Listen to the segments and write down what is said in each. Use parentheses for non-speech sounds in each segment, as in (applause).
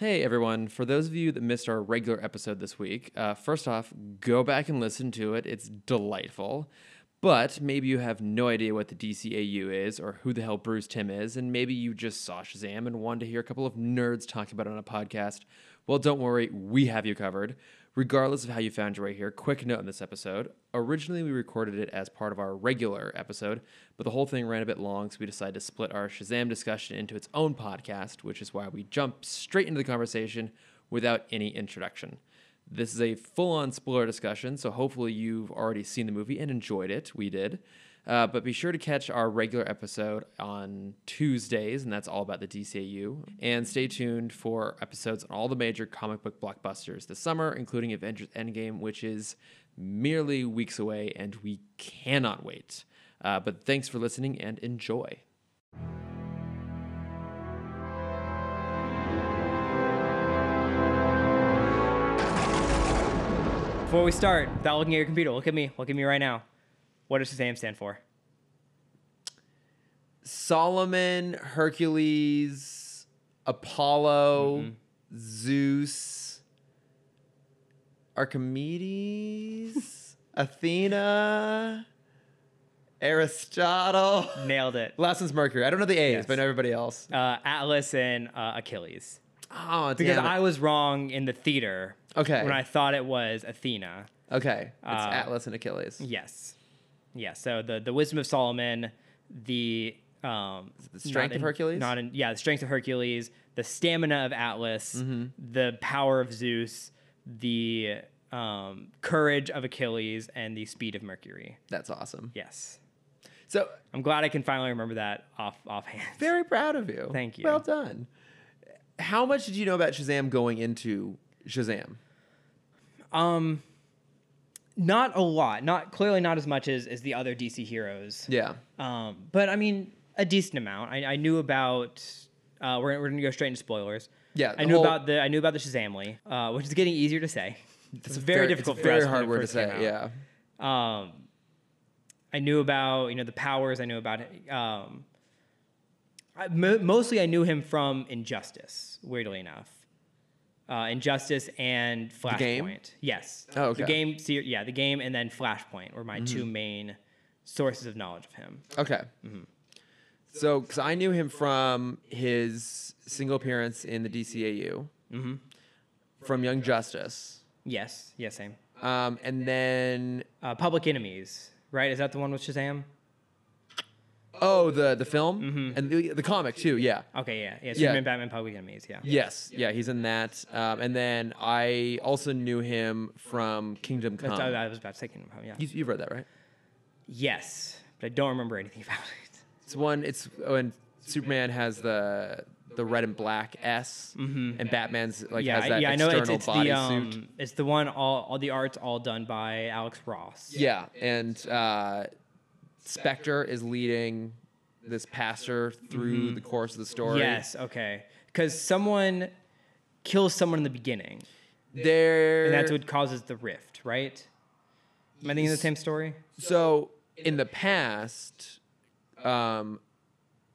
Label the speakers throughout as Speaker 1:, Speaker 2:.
Speaker 1: Hey everyone, for those of you that missed our regular episode this week, uh, first off, go back and listen to it. It's delightful. But maybe you have no idea what the DCAU is or who the hell Bruce Tim is, and maybe you just saw Shazam and wanted to hear a couple of nerds talk about it on a podcast. Well, don't worry, we have you covered. Regardless of how you found your way here, quick note on this episode. Originally, we recorded it as part of our regular episode, but the whole thing ran a bit long, so we decided to split our Shazam discussion into its own podcast, which is why we jump straight into the conversation without any introduction. This is a full on spoiler discussion, so hopefully you've already seen the movie and enjoyed it. We did. Uh, but be sure to catch our regular episode on Tuesdays, and that's all about the DCAU. And stay tuned for episodes on all the major comic book blockbusters this summer, including Avengers Endgame, which is merely weeks away, and we cannot wait. Uh, but thanks for listening and enjoy.
Speaker 2: Before we start, without looking at your computer, look at me. Look at me right now. What does Shazam stand for?
Speaker 1: Solomon, Hercules, Apollo,
Speaker 2: Mm-hmm.
Speaker 1: Zeus, Archimedes,
Speaker 2: (laughs)
Speaker 1: Athena, Aristotle.
Speaker 2: Nailed it.
Speaker 1: Last one's Mercury. I don't know the A's,
Speaker 2: Yes.
Speaker 1: but I know everybody else.
Speaker 2: Uh, Atlas and uh, Achilles.
Speaker 1: Oh,
Speaker 2: Because
Speaker 1: damn it.
Speaker 2: I was wrong in the theater
Speaker 1: Okay.
Speaker 2: when I thought it was Athena.
Speaker 1: okay. It's
Speaker 2: Uh,
Speaker 1: Atlas and Achilles.
Speaker 2: Yes. Yeah. So the, the wisdom of Solomon, the. Um,
Speaker 1: the strength
Speaker 2: not
Speaker 1: of
Speaker 2: in-
Speaker 1: Hercules?
Speaker 2: Not in, yeah, the strength of Hercules, the stamina of Atlas,
Speaker 1: Mm-hmm.
Speaker 2: the power of Zeus, the um, courage of Achilles, and the speed of Mercury.
Speaker 1: That's awesome.
Speaker 2: Yes.
Speaker 1: So
Speaker 2: I'm glad I can finally remember that off offhand.
Speaker 1: very proud of you.
Speaker 2: Thank you.
Speaker 1: Well done. How much did you know about Shazam going into Shazam?
Speaker 2: Um, not a lot. Not clearly not as much as as the other DC heroes.
Speaker 1: Yeah.
Speaker 2: Um, but I mean a decent amount. I, I knew about. Uh, we're we're gonna go straight into spoilers.
Speaker 1: Yeah,
Speaker 2: I
Speaker 1: the
Speaker 2: knew
Speaker 1: whole-
Speaker 2: about the I knew about the Shazamly, uh, which is getting easier to say. It's very, difficult.
Speaker 1: It's
Speaker 2: for
Speaker 1: very
Speaker 2: us when
Speaker 1: hard
Speaker 2: it
Speaker 1: word to
Speaker 2: first
Speaker 1: say.
Speaker 2: came out.
Speaker 1: Yeah.
Speaker 2: um, I knew about you know the powers. I knew about um, I, mo- mostly I knew him from Injustice. Weirdly enough, uh, Injustice and Flashpoint.
Speaker 1: game?
Speaker 2: Yes.
Speaker 1: Oh, okay. Mm-hmm.
Speaker 2: The game. ser- Yeah, the game and then Flashpoint were my two main sources of knowledge of him.
Speaker 1: Okay. So, because I knew him from his single appearance in the DCAU,
Speaker 2: Mm-hmm.
Speaker 1: from Young Justice,
Speaker 2: Yes. Yes. Same.
Speaker 1: um, and then
Speaker 2: Uh, Public Enemies. Right? Is that the one with Shazam?
Speaker 1: oh, the the film
Speaker 2: Mm-hmm.
Speaker 1: and the, the comic too. Yeah.
Speaker 2: Okay. Yeah. Yeah.
Speaker 1: Yeah.
Speaker 2: Superman, Batman, Public Enemies. Yeah.
Speaker 1: Yes. Yeah, he's in that. Um, and then I also knew him from Kingdom Come.
Speaker 2: That's, I, I was about to say Kingdom Come. Yeah.
Speaker 1: you, you've read that, right?
Speaker 2: Yes, but I don't remember anything (laughs) about it.
Speaker 1: It's one. It's when Superman has the the red and black S, and Batman's like
Speaker 2: Mm-hmm. yeah,
Speaker 1: has
Speaker 2: I-
Speaker 1: that
Speaker 2: yeah, I know
Speaker 1: external
Speaker 2: it's, it's
Speaker 1: bodysuit.
Speaker 2: the um, it's the one all, all the art's all done by Alex Ross.
Speaker 1: Yeah, and uh, Spectre is leading this pastor through the course of the story.
Speaker 2: Yes, okay, because someone kills someone in the beginning,
Speaker 1: there.
Speaker 2: and that's what causes the rift, right? Am I thinking of the same story?
Speaker 1: So in the past, um,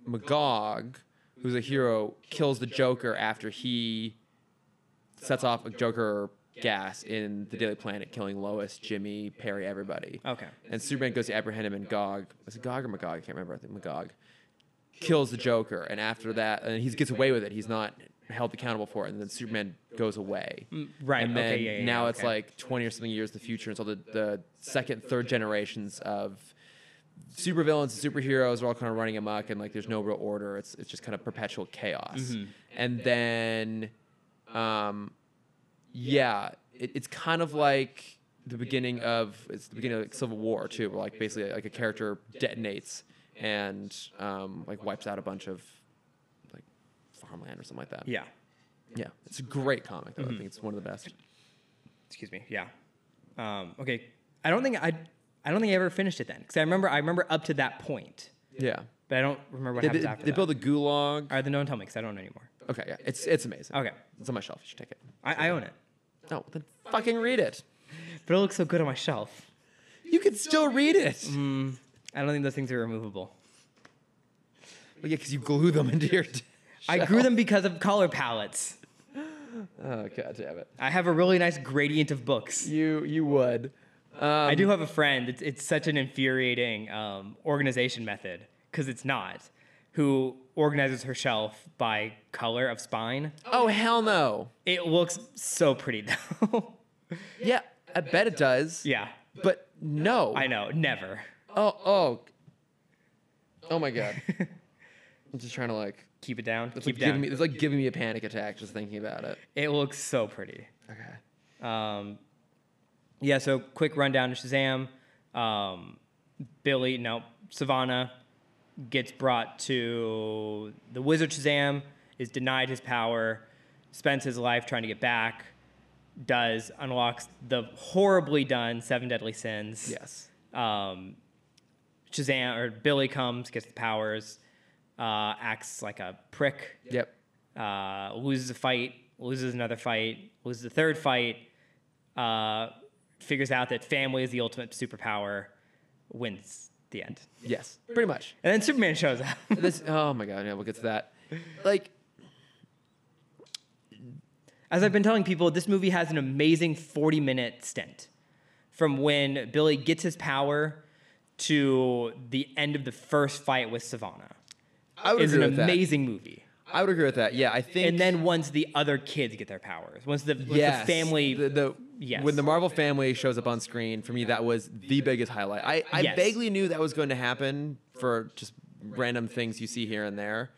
Speaker 1: Magog, who's a hero, kills the Joker after he sets off a Joker gas in the Daily Planet, killing Lois, Jimmy, Perry, everybody.
Speaker 2: Okay.
Speaker 1: And Superman goes to apprehend him, and Gog, is it Gog or Magog? I can't remember. I think Magog kills the Joker, and after that, and he gets away with it. He's not held accountable for it, and then Superman goes away.
Speaker 2: right,
Speaker 1: And
Speaker 2: okay,
Speaker 1: then
Speaker 2: yeah, yeah, yeah,
Speaker 1: now it's
Speaker 2: okay.
Speaker 1: like twenty or something years in the future, and so the, the second, third generations of supervillains and superheroes are all kind of running amok, and like there's no real order. It's it's just kind of perpetual chaos.
Speaker 2: Mm-hmm.
Speaker 1: And then, um, yeah, it, it's kind of like the beginning of it's the beginning of like Civil War too, where like basically like a character detonates and um, like wipes out a bunch of like farmland or something like that.
Speaker 2: Yeah. Mm-hmm.
Speaker 1: yeah, it's a great comic though. I think it's one of the best.
Speaker 2: Excuse me. Yeah. Um, okay. I don't think I. I don't think I ever finished it then, because I remember I remember up to that point,
Speaker 1: Yeah,
Speaker 2: but I don't remember what
Speaker 1: they,
Speaker 2: happens
Speaker 1: they-
Speaker 2: after
Speaker 1: they
Speaker 2: that.
Speaker 1: build a gulag.
Speaker 2: All right, then don't tell me, because I don't know anymore.
Speaker 1: Okay, yeah, it's it's amazing.
Speaker 2: Okay.
Speaker 1: it's on my shelf. You should take it.
Speaker 2: I, I own it,
Speaker 1: No, then fucking read it.
Speaker 2: but it looks so good on my shelf.
Speaker 1: You can still read it.
Speaker 2: Mm-hmm. I don't think those things are removable.
Speaker 1: Well, yeah, because you glue them into your.
Speaker 2: I grew them because of color palettes.
Speaker 1: Oh god damn it!
Speaker 2: I have a really nice gradient of books.
Speaker 1: You you would. Um,
Speaker 2: I do have a friend. It's, it's such an infuriating um, organization method because it's not. Who organizes her shelf by color of spine?
Speaker 1: Oh hell no!
Speaker 2: It looks so pretty (laughs) though.
Speaker 1: Yeah, I bet it does.
Speaker 2: yeah,
Speaker 1: But no.
Speaker 2: I know. Never.
Speaker 1: Oh oh. Oh my (laughs) god. I'm just trying to like.
Speaker 2: Keep it down.
Speaker 1: It's like
Speaker 2: Keep it down.
Speaker 1: giving me. It's like giving me a panic attack just thinking about it.
Speaker 2: it looks so pretty.
Speaker 1: Okay.
Speaker 2: Um, yeah, so quick rundown of Shazam. Um, Billy, no, Savannah gets brought to the wizard Shazam, is denied his power, spends his life trying to get back, does, unlocks the horribly done Seven Deadly Sins.
Speaker 1: Yes.
Speaker 2: Um, Shazam, or Billy comes, gets the powers, uh, acts like a prick
Speaker 1: Yep.
Speaker 2: uh, loses a fight, loses another fight, loses a third fight, uh, figures out that family is the ultimate superpower, wins the end.
Speaker 1: Yes. Pretty much.
Speaker 2: And then Superman shows up. (laughs)
Speaker 1: This. Oh my god. Yeah, we'll get to that. Like.
Speaker 2: As I've been telling people, this movie has an amazing 40 minute stint from when Billy gets his power to the end of the first fight with Savannah.
Speaker 1: I would
Speaker 2: It's an
Speaker 1: agree with that.
Speaker 2: amazing movie.
Speaker 1: I would agree with that. Yeah, I think.
Speaker 2: And then once the other kids get their powers, once the, once the
Speaker 1: yes,
Speaker 2: family
Speaker 1: the, the
Speaker 2: Yes.
Speaker 1: when the Marvel family shows up on screen, for me that was the biggest highlight. I, I
Speaker 2: Yes.
Speaker 1: vaguely knew that was going to happen for just random things you see here and there,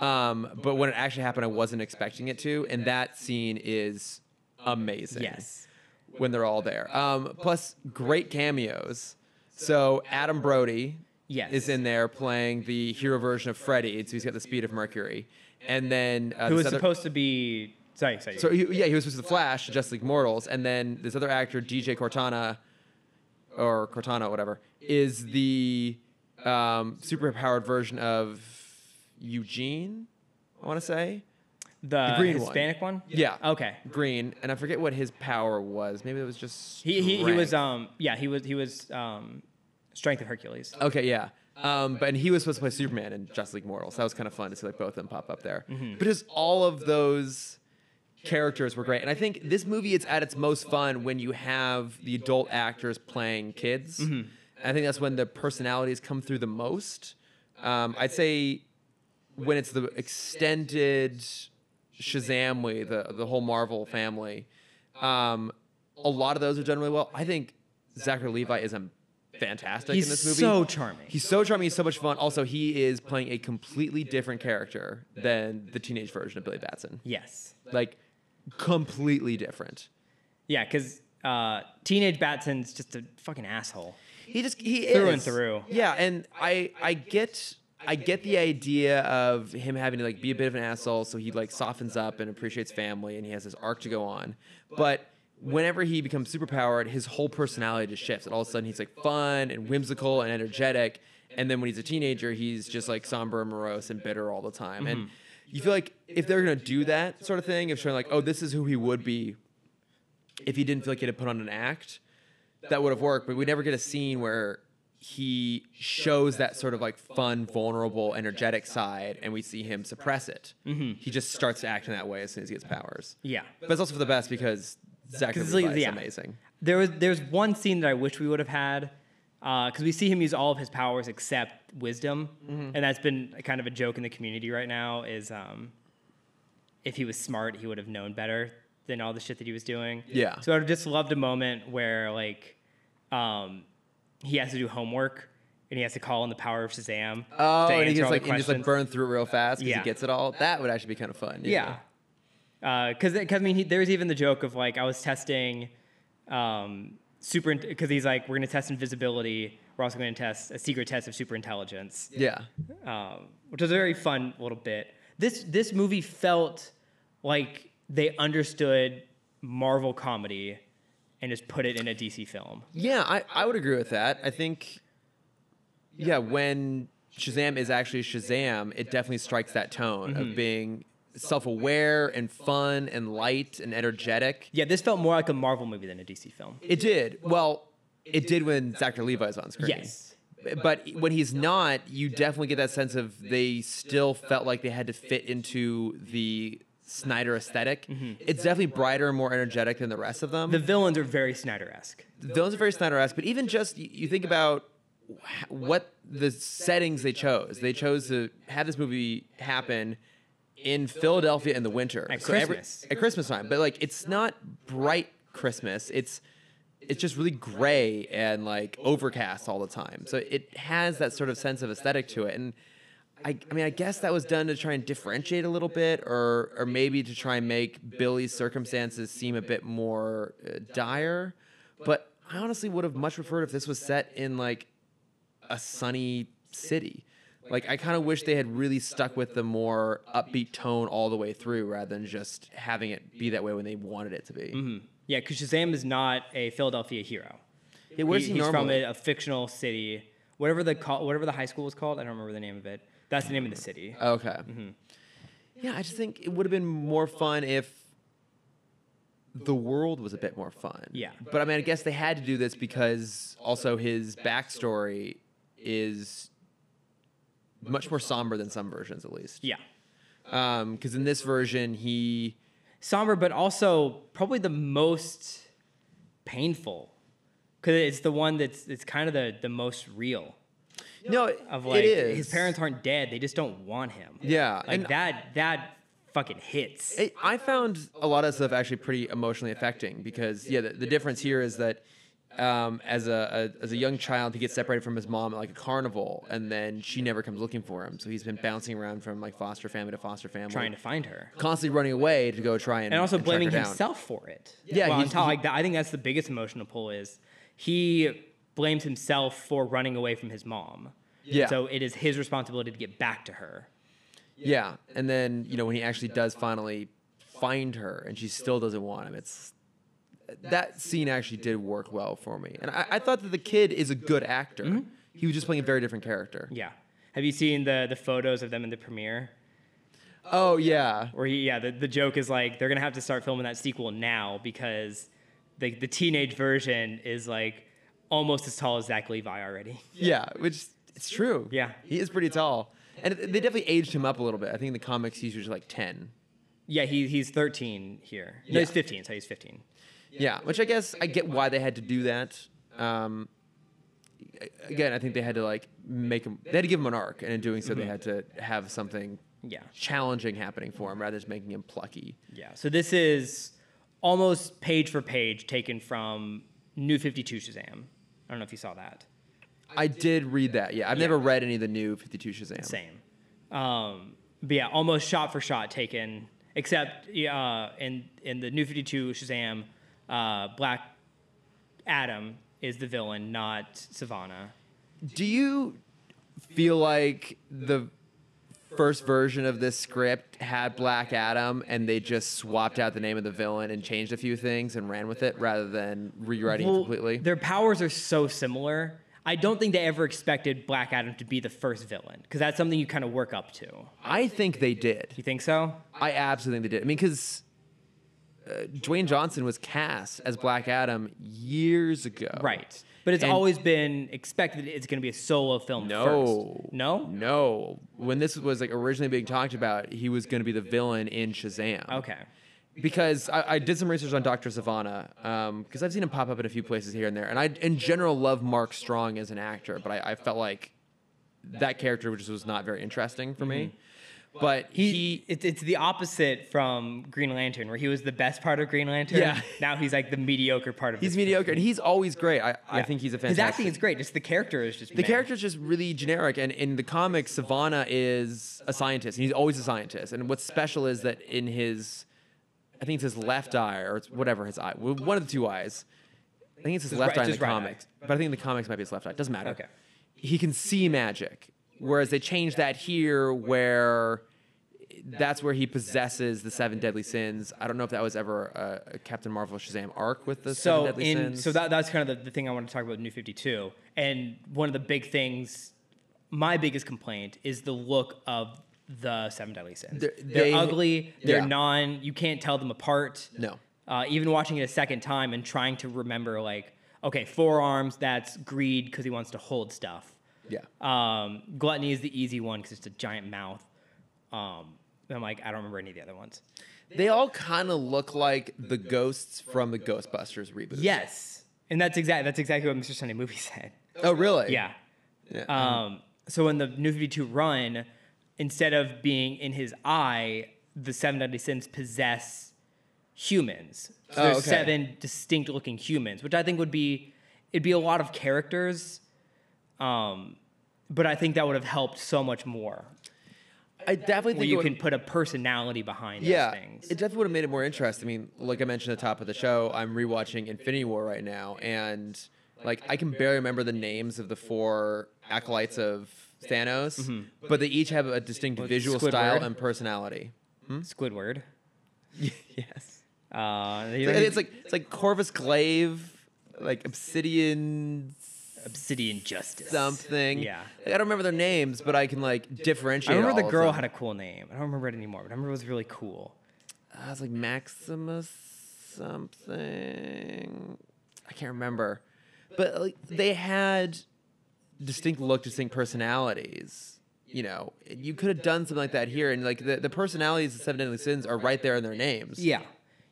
Speaker 1: um, but when it actually happened, I wasn't expecting it to, and that scene is amazing.
Speaker 2: Yes.
Speaker 1: when they're all there. Um, plus great cameos. So Adam Brody
Speaker 2: Yes.
Speaker 1: is in there playing the hero version of Freddy, so he's got the speed of Mercury, and then uh,
Speaker 2: who
Speaker 1: this
Speaker 2: was
Speaker 1: other-
Speaker 2: supposed to be. Sorry, sorry.
Speaker 1: so he, yeah, he was supposed to Flash, Justice League Mortals, and then this other actor, DJ Cortana, or Cortana, whatever, is the um, superpowered version of Eugene. I want to say
Speaker 2: The,
Speaker 1: green one.
Speaker 2: Hispanic one.
Speaker 1: Yeah.
Speaker 2: Okay.
Speaker 1: Green, and I forget what his power was. Maybe it was just
Speaker 2: He, he, he was
Speaker 1: strength.
Speaker 2: um yeah he was he was um strength of Hercules.
Speaker 1: okay, yeah. Um, but and he was supposed to play Superman in Justice League Mortals. That was kind of fun to see like both of them pop up there.
Speaker 2: Mm-hmm.
Speaker 1: But just all of those. characters were great. And I think this movie is at its most fun when you have the adult actors playing kids.
Speaker 2: Mm-hmm.
Speaker 1: I think that's when the personalities come through the most. Um, I'd say when it's the extended Shazamly, the the whole Marvel family, um, a lot of those are done really well. I think Zachary Levi is um, fantastic
Speaker 2: He's
Speaker 1: in this movie.
Speaker 2: so charming.
Speaker 1: He's so charming. He's so much fun. Also, he is playing a completely different character than the teenage version of Billy Batson
Speaker 2: yes.
Speaker 1: like completely different.
Speaker 2: Yeah, because uh, teenage Batson's just a fucking asshole.
Speaker 1: He just he
Speaker 2: Through
Speaker 1: is
Speaker 2: and through.
Speaker 1: Yeah, and I I get I get the idea of him having to like be a bit of an asshole, so he like softens up and appreciates family, and he has this arc to go on. But whenever he becomes superpowered, his whole personality just shifts, and all of a sudden he's like fun and whimsical and energetic. And then when he's a teenager, he's just like somber and morose and bitter all the time. And
Speaker 2: Mm-hmm.
Speaker 1: you feel like if they're gonna do that sort of thing, of showing like, oh, this is who he would be if he didn't feel like he had to put on an act, that would have worked. But we never get a scene where he shows that sort of like fun, vulnerable, energetic side, and we see him suppress it. He just starts acting that way as soon as he gets powers.
Speaker 2: Mm-hmm. Yeah.
Speaker 1: But it's also for the best because Zachary
Speaker 2: 'Cause it's like-
Speaker 1: Levi is
Speaker 2: yeah.
Speaker 1: amazing.
Speaker 2: There was there's one scene that I wish we would have had because we see him use all of his powers except wisdom,
Speaker 1: Mm-hmm.
Speaker 2: and that's been kind of a joke in the community right now. Is um, if he was smart, he would have known better than all the shit that he was doing.
Speaker 1: Yeah.
Speaker 2: So I'd just loved a moment where like, um, he has to do homework and he has to call on the power of Shazam.
Speaker 1: Oh,
Speaker 2: to
Speaker 1: and he
Speaker 2: answer
Speaker 1: just like and just
Speaker 2: all the
Speaker 1: like
Speaker 2: questions.
Speaker 1: burn through it real fast because
Speaker 2: Yeah.
Speaker 1: he gets it all. That would actually be kind of fun. you know?
Speaker 2: Yeah. Uh, Because I mean, he, there's even the joke of like I was testing um, super because he's like we're gonna test invisibility. We're also gonna test a secret test of super intelligence,
Speaker 1: Yeah.
Speaker 2: um, which was a very fun little bit. This this movie felt like they understood Marvel comedy and just put it in a DC film.
Speaker 1: Yeah, I, I would agree with that. I think, yeah, when Shazam is actually Shazam, it definitely strikes that tone
Speaker 2: Mm-hmm.
Speaker 1: of being self aware and fun and light and energetic.
Speaker 2: Yeah, this felt more like a Marvel movie than a DC film.
Speaker 1: It did. Well, it did when Zachary Levi's on screen.
Speaker 2: Yes.
Speaker 1: But when he's not, you definitely get that sense of they still felt like they had to fit into the Snyder esthetic It's definitely brighter and more energetic than the rest of them.
Speaker 2: Mm-hmm. The villains are very Snyder-esque.
Speaker 1: The villains are very Snyder-esque, but even just you, you think about wh- what the settings they chose. They chose to have this movie happen in Philadelphia in the winter
Speaker 2: At Christmas.
Speaker 1: at Christmas time. But like, it's not bright Christmas. It's it's just really gray and like overcast all the time. So it has that sort of sense of aesthetic to it. And I, I mean, I guess that was done to try and differentiate a little bit, or or maybe to try and make Billy's circumstances seem a bit more uh, dire. But I honestly would have much preferred if this was set in like a sunny city. Like I kind of wish they had really stuck with the more upbeat tone all the way through, rather than just having it be that way when they wanted it to be.
Speaker 2: Yeah, because Shazam is not a Philadelphia hero.
Speaker 1: Yeah, where's he,
Speaker 2: he's from
Speaker 1: normally?
Speaker 2: a, a fictional city, whatever the call, whatever the high school was called. I don't remember the name of it. That's the name of the city.
Speaker 1: Okay.
Speaker 2: Mm-hmm.
Speaker 1: Yeah, I just think it would have been more fun if the world was a bit more fun.
Speaker 2: Yeah.
Speaker 1: But I mean, I guess they had to do this because also his backstory is much more somber than some versions, at least.
Speaker 2: Yeah,
Speaker 1: Because in this version, he
Speaker 2: somber, but also probably the most painful, because it's the one that's it's kind of the the most real
Speaker 1: no, it-
Speaker 2: of like
Speaker 1: it is
Speaker 2: his parents aren't dead. They just don't want him.
Speaker 1: Yeah,
Speaker 2: like
Speaker 1: and-
Speaker 2: that that fucking hits.
Speaker 1: It, I found a lot of stuff actually pretty emotionally affecting because yeah, the, the difference here is that um, as a, a as a young child, he gets separated from his mom at like a carnival, and then she never comes looking for him. So he's been bouncing around from like foster family to foster family,
Speaker 2: trying to find her.
Speaker 1: constantly running away to go try and
Speaker 2: and also
Speaker 1: track her
Speaker 2: blaming
Speaker 1: down.
Speaker 2: himself for it.
Speaker 1: Yeah,
Speaker 2: well, on
Speaker 1: he's-
Speaker 2: top,
Speaker 1: he-
Speaker 2: like that, I think that's the biggest emotional pull is he blames himself for running away from his mom.
Speaker 1: Yeah.
Speaker 2: So it is his responsibility to get back to her.
Speaker 1: Yeah, and then you know when he actually does finally find her, and she still doesn't want him. It's that scene actually did work well for me, and I, I thought that the kid is a good actor.
Speaker 2: Mm-hmm.
Speaker 1: He was just playing a very different character.
Speaker 2: Yeah. Have you seen the the photos of them in the premiere?
Speaker 1: Oh yeah.
Speaker 2: Where he, yeah, the, the joke is like they're gonna have to start filming that sequel now because the the teenage version is like almost as tall as Zach Levi already.
Speaker 1: Yeah, which it's true.
Speaker 2: Yeah.
Speaker 1: he is pretty tall, and it- they definitely aged him up a little bit. I think in the comics he's usually like ten.
Speaker 2: Yeah, he, he's 13 here. No, he's
Speaker 1: Yeah.
Speaker 2: 15. So he's 15.
Speaker 1: Yeah, which I guess I get why they had to do that. Um, again, I think they had to like make him. They had to give him an arc, and in doing so, they had to have something
Speaker 2: Yeah.
Speaker 1: challenging happening for him rather than just making him plucky.
Speaker 2: Yeah. So this is almost page for page taken from New 52 Shazam. I don't know if you saw that.
Speaker 1: I did read that. Yeah, I've never read any of the new Fifty Two Shazam.
Speaker 2: Same. Um, but yeah, almost shot for shot taken, except uh, in, in the New 52 Shazam, uh, Black Adam is the villain, not Savannah.
Speaker 1: Do you feel like the first version of this script had Black Adam and they just swapped out the name of the villain and changed a few things and ran with it rather than rewriting it
Speaker 2: Well,
Speaker 1: completely?
Speaker 2: Their powers are so similar. I don't think they ever expected Black Adam to be the first villain, because that's something you kind of work up to.
Speaker 1: I think they did.
Speaker 2: You think so?
Speaker 1: I absolutely think they did. I mean, because uh, Dwayne Johnson was cast as Black Adam years ago.
Speaker 2: Right. But it's
Speaker 1: And-
Speaker 2: always been expected it's going to be a solo film
Speaker 1: No.
Speaker 2: first. No?
Speaker 1: No. When this was like originally being talked about, he was going to be the villain in Shazam.
Speaker 2: Okay.
Speaker 1: because I, I did some research on Dr. Savannah because I've seen him pop up in a few places here and there, and I in general love Mark Strong as an actor, but I, I felt like that character just was not very interesting for me. But
Speaker 2: Mm-hmm. He,
Speaker 1: he,
Speaker 2: it's, it's the opposite from Green Lantern, where he was the best part of Green Lantern.
Speaker 1: Yeah.
Speaker 2: Now he's like the mediocre part of
Speaker 1: he's
Speaker 2: this-
Speaker 1: mediocre, and he's always great. I, I
Speaker 2: Yeah.
Speaker 1: think he's a
Speaker 2: His
Speaker 1: fantastic.
Speaker 2: acting is great, just the character is just
Speaker 1: the
Speaker 2: meh.
Speaker 1: character's just really generic, and in the comics, Savannah is a scientist, and he's always a scientist. And what's special is that in his, I think it's his left eye or it's whatever his eye, one of the two eyes. I think it's his, left
Speaker 2: right-
Speaker 1: eye in
Speaker 2: just
Speaker 1: the
Speaker 2: right eye.
Speaker 1: comics, but I think in the comics might be his left eye. Doesn't matter.
Speaker 2: Okay.
Speaker 1: He can see magic, whereas they changed that here, where that's where he possesses the seven deadly sins. I don't know if that was ever a, a Captain Marvel Shazam arc with the seven
Speaker 2: So
Speaker 1: deadly
Speaker 2: in
Speaker 1: sins.
Speaker 2: so that that's kind of the, the thing I want to talk about with New Fifty Two, and one of the big things, my biggest complaint is the look of the Seven Deadly Sins. They're,
Speaker 1: They're- they-
Speaker 2: ugly. They're
Speaker 1: yeah.
Speaker 2: non. You can't tell them apart.
Speaker 1: No.
Speaker 2: Uh, even watching it a second time and trying to remember, like, okay, forearms. That's greed because he wants to hold stuff.
Speaker 1: yeah.
Speaker 2: Um, gluttony is the easy one because it's a giant mouth. Um, and I'm like, I don't remember any of the other ones.
Speaker 1: They all kind of look like the ghosts from the Ghostbusters reboot.
Speaker 2: Yes, and that's exact. That's exactly what Mr. Sunday Movie (laughs) said.
Speaker 1: Oh, really?
Speaker 2: Yeah.
Speaker 1: Yeah.
Speaker 2: Um, so in the New Fifty Two run, instead of being in his eye, the Seven Deadly Sins possess humans. So
Speaker 1: Oh,
Speaker 2: there's
Speaker 1: okay.
Speaker 2: seven distinct looking humans, which I think would be it'd be a lot of characters. Um, but I think that would have helped so much more.
Speaker 1: I definitely
Speaker 2: Where
Speaker 1: think it
Speaker 2: you
Speaker 1: would-
Speaker 2: can put a personality behind
Speaker 1: yeah,
Speaker 2: those things.
Speaker 1: it definitely would have made it more interesting. I mean, like I mentioned at the top of the show, I'm rewatching Infinity War right now, and like I can barely remember the names of the four acolytes of Thanos, but they each have a distinct visual style
Speaker 2: Mm-hmm. Squidward.
Speaker 1: and personality.
Speaker 2: Squidward.
Speaker 1: (laughs) yes,
Speaker 2: Uh,
Speaker 1: it's like, it's like it's like Corvus Glaive, like Obsidian
Speaker 2: Obsidian Justice.
Speaker 1: something.
Speaker 2: Yeah.
Speaker 1: Like, I don't remember their names, but I can like differentiate.
Speaker 2: I remember the
Speaker 1: all
Speaker 2: girl
Speaker 1: of
Speaker 2: had a cool name. I don't remember it anymore, but I remember it was really cool.
Speaker 1: a. I was like Maximus something. I can't remember, but like they had distinct look, distinct personalities. You know, you could have done something like that here, and like the, the personalities of Seven Deadly Sins are right there in their names.
Speaker 2: Yeah.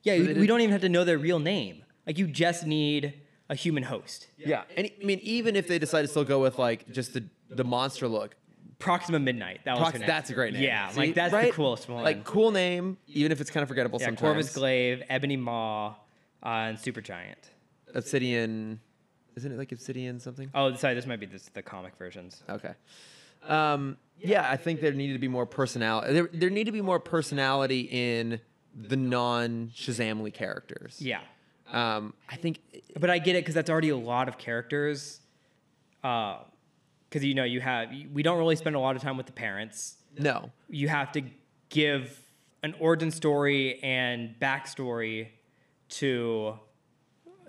Speaker 2: Yeah,
Speaker 1: they
Speaker 2: we, we
Speaker 1: did-
Speaker 2: don't even have to know their real name. Like you just need a human host.
Speaker 1: yeah. And I mean, even if they decide to still go with like just the the monster look,
Speaker 2: Proxima Midnight. That was her
Speaker 1: Prox-
Speaker 2: name.
Speaker 1: that's a great name.
Speaker 2: Yeah,
Speaker 1: See,
Speaker 2: like that's
Speaker 1: right?
Speaker 2: the coolest one.
Speaker 1: Like cool name, even if it's kind of forgettable
Speaker 2: yeah,
Speaker 1: sometimes.
Speaker 2: Corvus Glaive, Ebony Maw, uh, and Supergiant.
Speaker 1: Obsidian, isn't it like Obsidian something?
Speaker 2: Oh, sorry, this might be this, the comic versions.
Speaker 1: Okay. Um, yeah, I think there needed to be more personality. There, there need to be more personality in the non Shazamly characters.
Speaker 2: Yeah.
Speaker 1: Um, I think
Speaker 2: But I get it because that's already a lot of characters. Because, you know, you have, we don't really spend a lot of time with the parents.
Speaker 1: no.
Speaker 2: you have to give an origin story and backstory to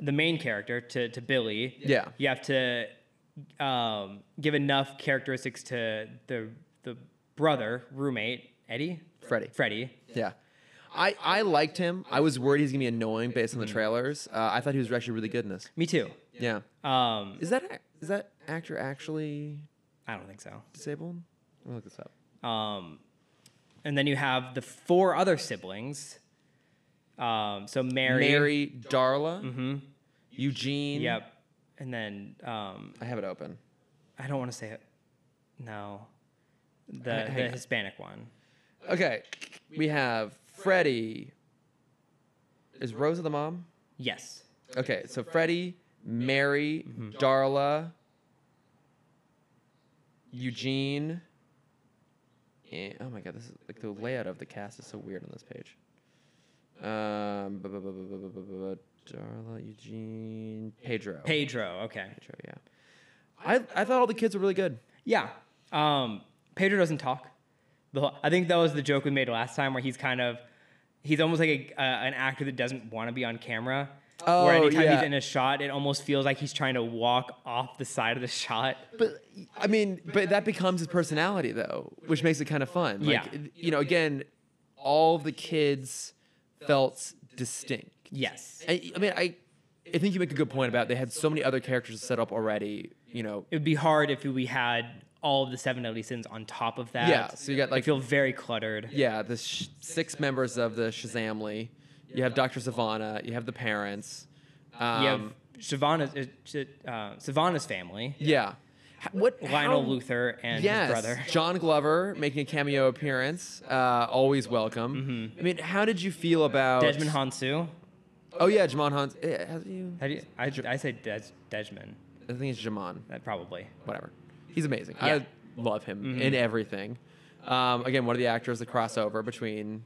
Speaker 2: the main character to, to billy
Speaker 1: Yeah.
Speaker 2: you have to um, give enough characteristics to the the brother roommate eddie
Speaker 1: Freddy.
Speaker 2: freddie
Speaker 1: Yeah. I, I liked him. I was worried he's gonna be annoying based
Speaker 2: Mm-hmm.
Speaker 1: on the trailers. Uh, I thought he was actually really good in this.
Speaker 2: me too
Speaker 1: Yeah.
Speaker 2: um,
Speaker 1: Is that ac- is that actor actually
Speaker 2: i don't think so
Speaker 1: disabled? Let me look this up.
Speaker 2: um, and then you have the four other siblings um, so mary Mm-hmm.
Speaker 1: Mary, Darla, Eugene.
Speaker 2: yep and then um,
Speaker 1: I have it open.
Speaker 2: I don't want to say it. No,
Speaker 1: Hang-
Speaker 2: the
Speaker 1: hang
Speaker 2: the
Speaker 1: on.
Speaker 2: Hispanic one.
Speaker 1: Okay, we have Freddie. Is Rosa the mom?
Speaker 2: Yes.
Speaker 1: Okay, so Freddie, Mary, Darla, Eugene. And, oh my god, this is like the layout of the cast is so weird on this page. Um, bu- bu- bu- bu- bu- bu- bu- bu- Darla, Eugene, Pedro.
Speaker 2: Pedro. Okay.
Speaker 1: Pedro, yeah. I, I thought all the kids were really good.
Speaker 2: Yeah. Um, Pedro doesn't talk. The whole, I think that was the joke we made last time, where he's kind of, he's almost like a, uh, an actor that doesn't want to be on camera.
Speaker 1: Oh,
Speaker 2: where anytime
Speaker 1: yeah.
Speaker 2: he's in a shot, it almost feels like he's trying to walk off the side of the shot.
Speaker 1: But I mean, but that becomes his personality though, which makes it kind of fun. Like,
Speaker 2: Yeah.
Speaker 1: you know, again, all of the kids felt distinct.
Speaker 2: Yes.
Speaker 1: I, I mean, I, I think you make a good point about they had so many other characters set up already. You know,
Speaker 2: It would be hard if we had all of the seven deadly sins on top of that.
Speaker 1: Yeah, so you got,
Speaker 2: It'd
Speaker 1: like-
Speaker 2: feel very cluttered.
Speaker 1: yeah, the sh- six members of the Shazamly. You have Doctor Savannah. You have the parents. Um,
Speaker 2: you have Savannah's, uh, Sh- uh, Savannah's family.
Speaker 1: yeah. H- What
Speaker 2: Lionel
Speaker 1: how-
Speaker 2: Luther and
Speaker 1: yes,
Speaker 2: his brother.
Speaker 1: John Glover making a cameo appearance. Uh, always welcome. I mean, how did you feel about
Speaker 2: Mm-hmm. Desmond Hansu.
Speaker 1: Oh yeah, Jamon Hans. eh, How do you?
Speaker 2: How do you, I, I say Des, Desmond,
Speaker 1: I think it's Jamon.
Speaker 2: that probably.
Speaker 1: Whatever. He's amazing.
Speaker 2: Yeah. Mm-hmm.
Speaker 1: I love him in everything. Um, again, one of the actors, the crossover between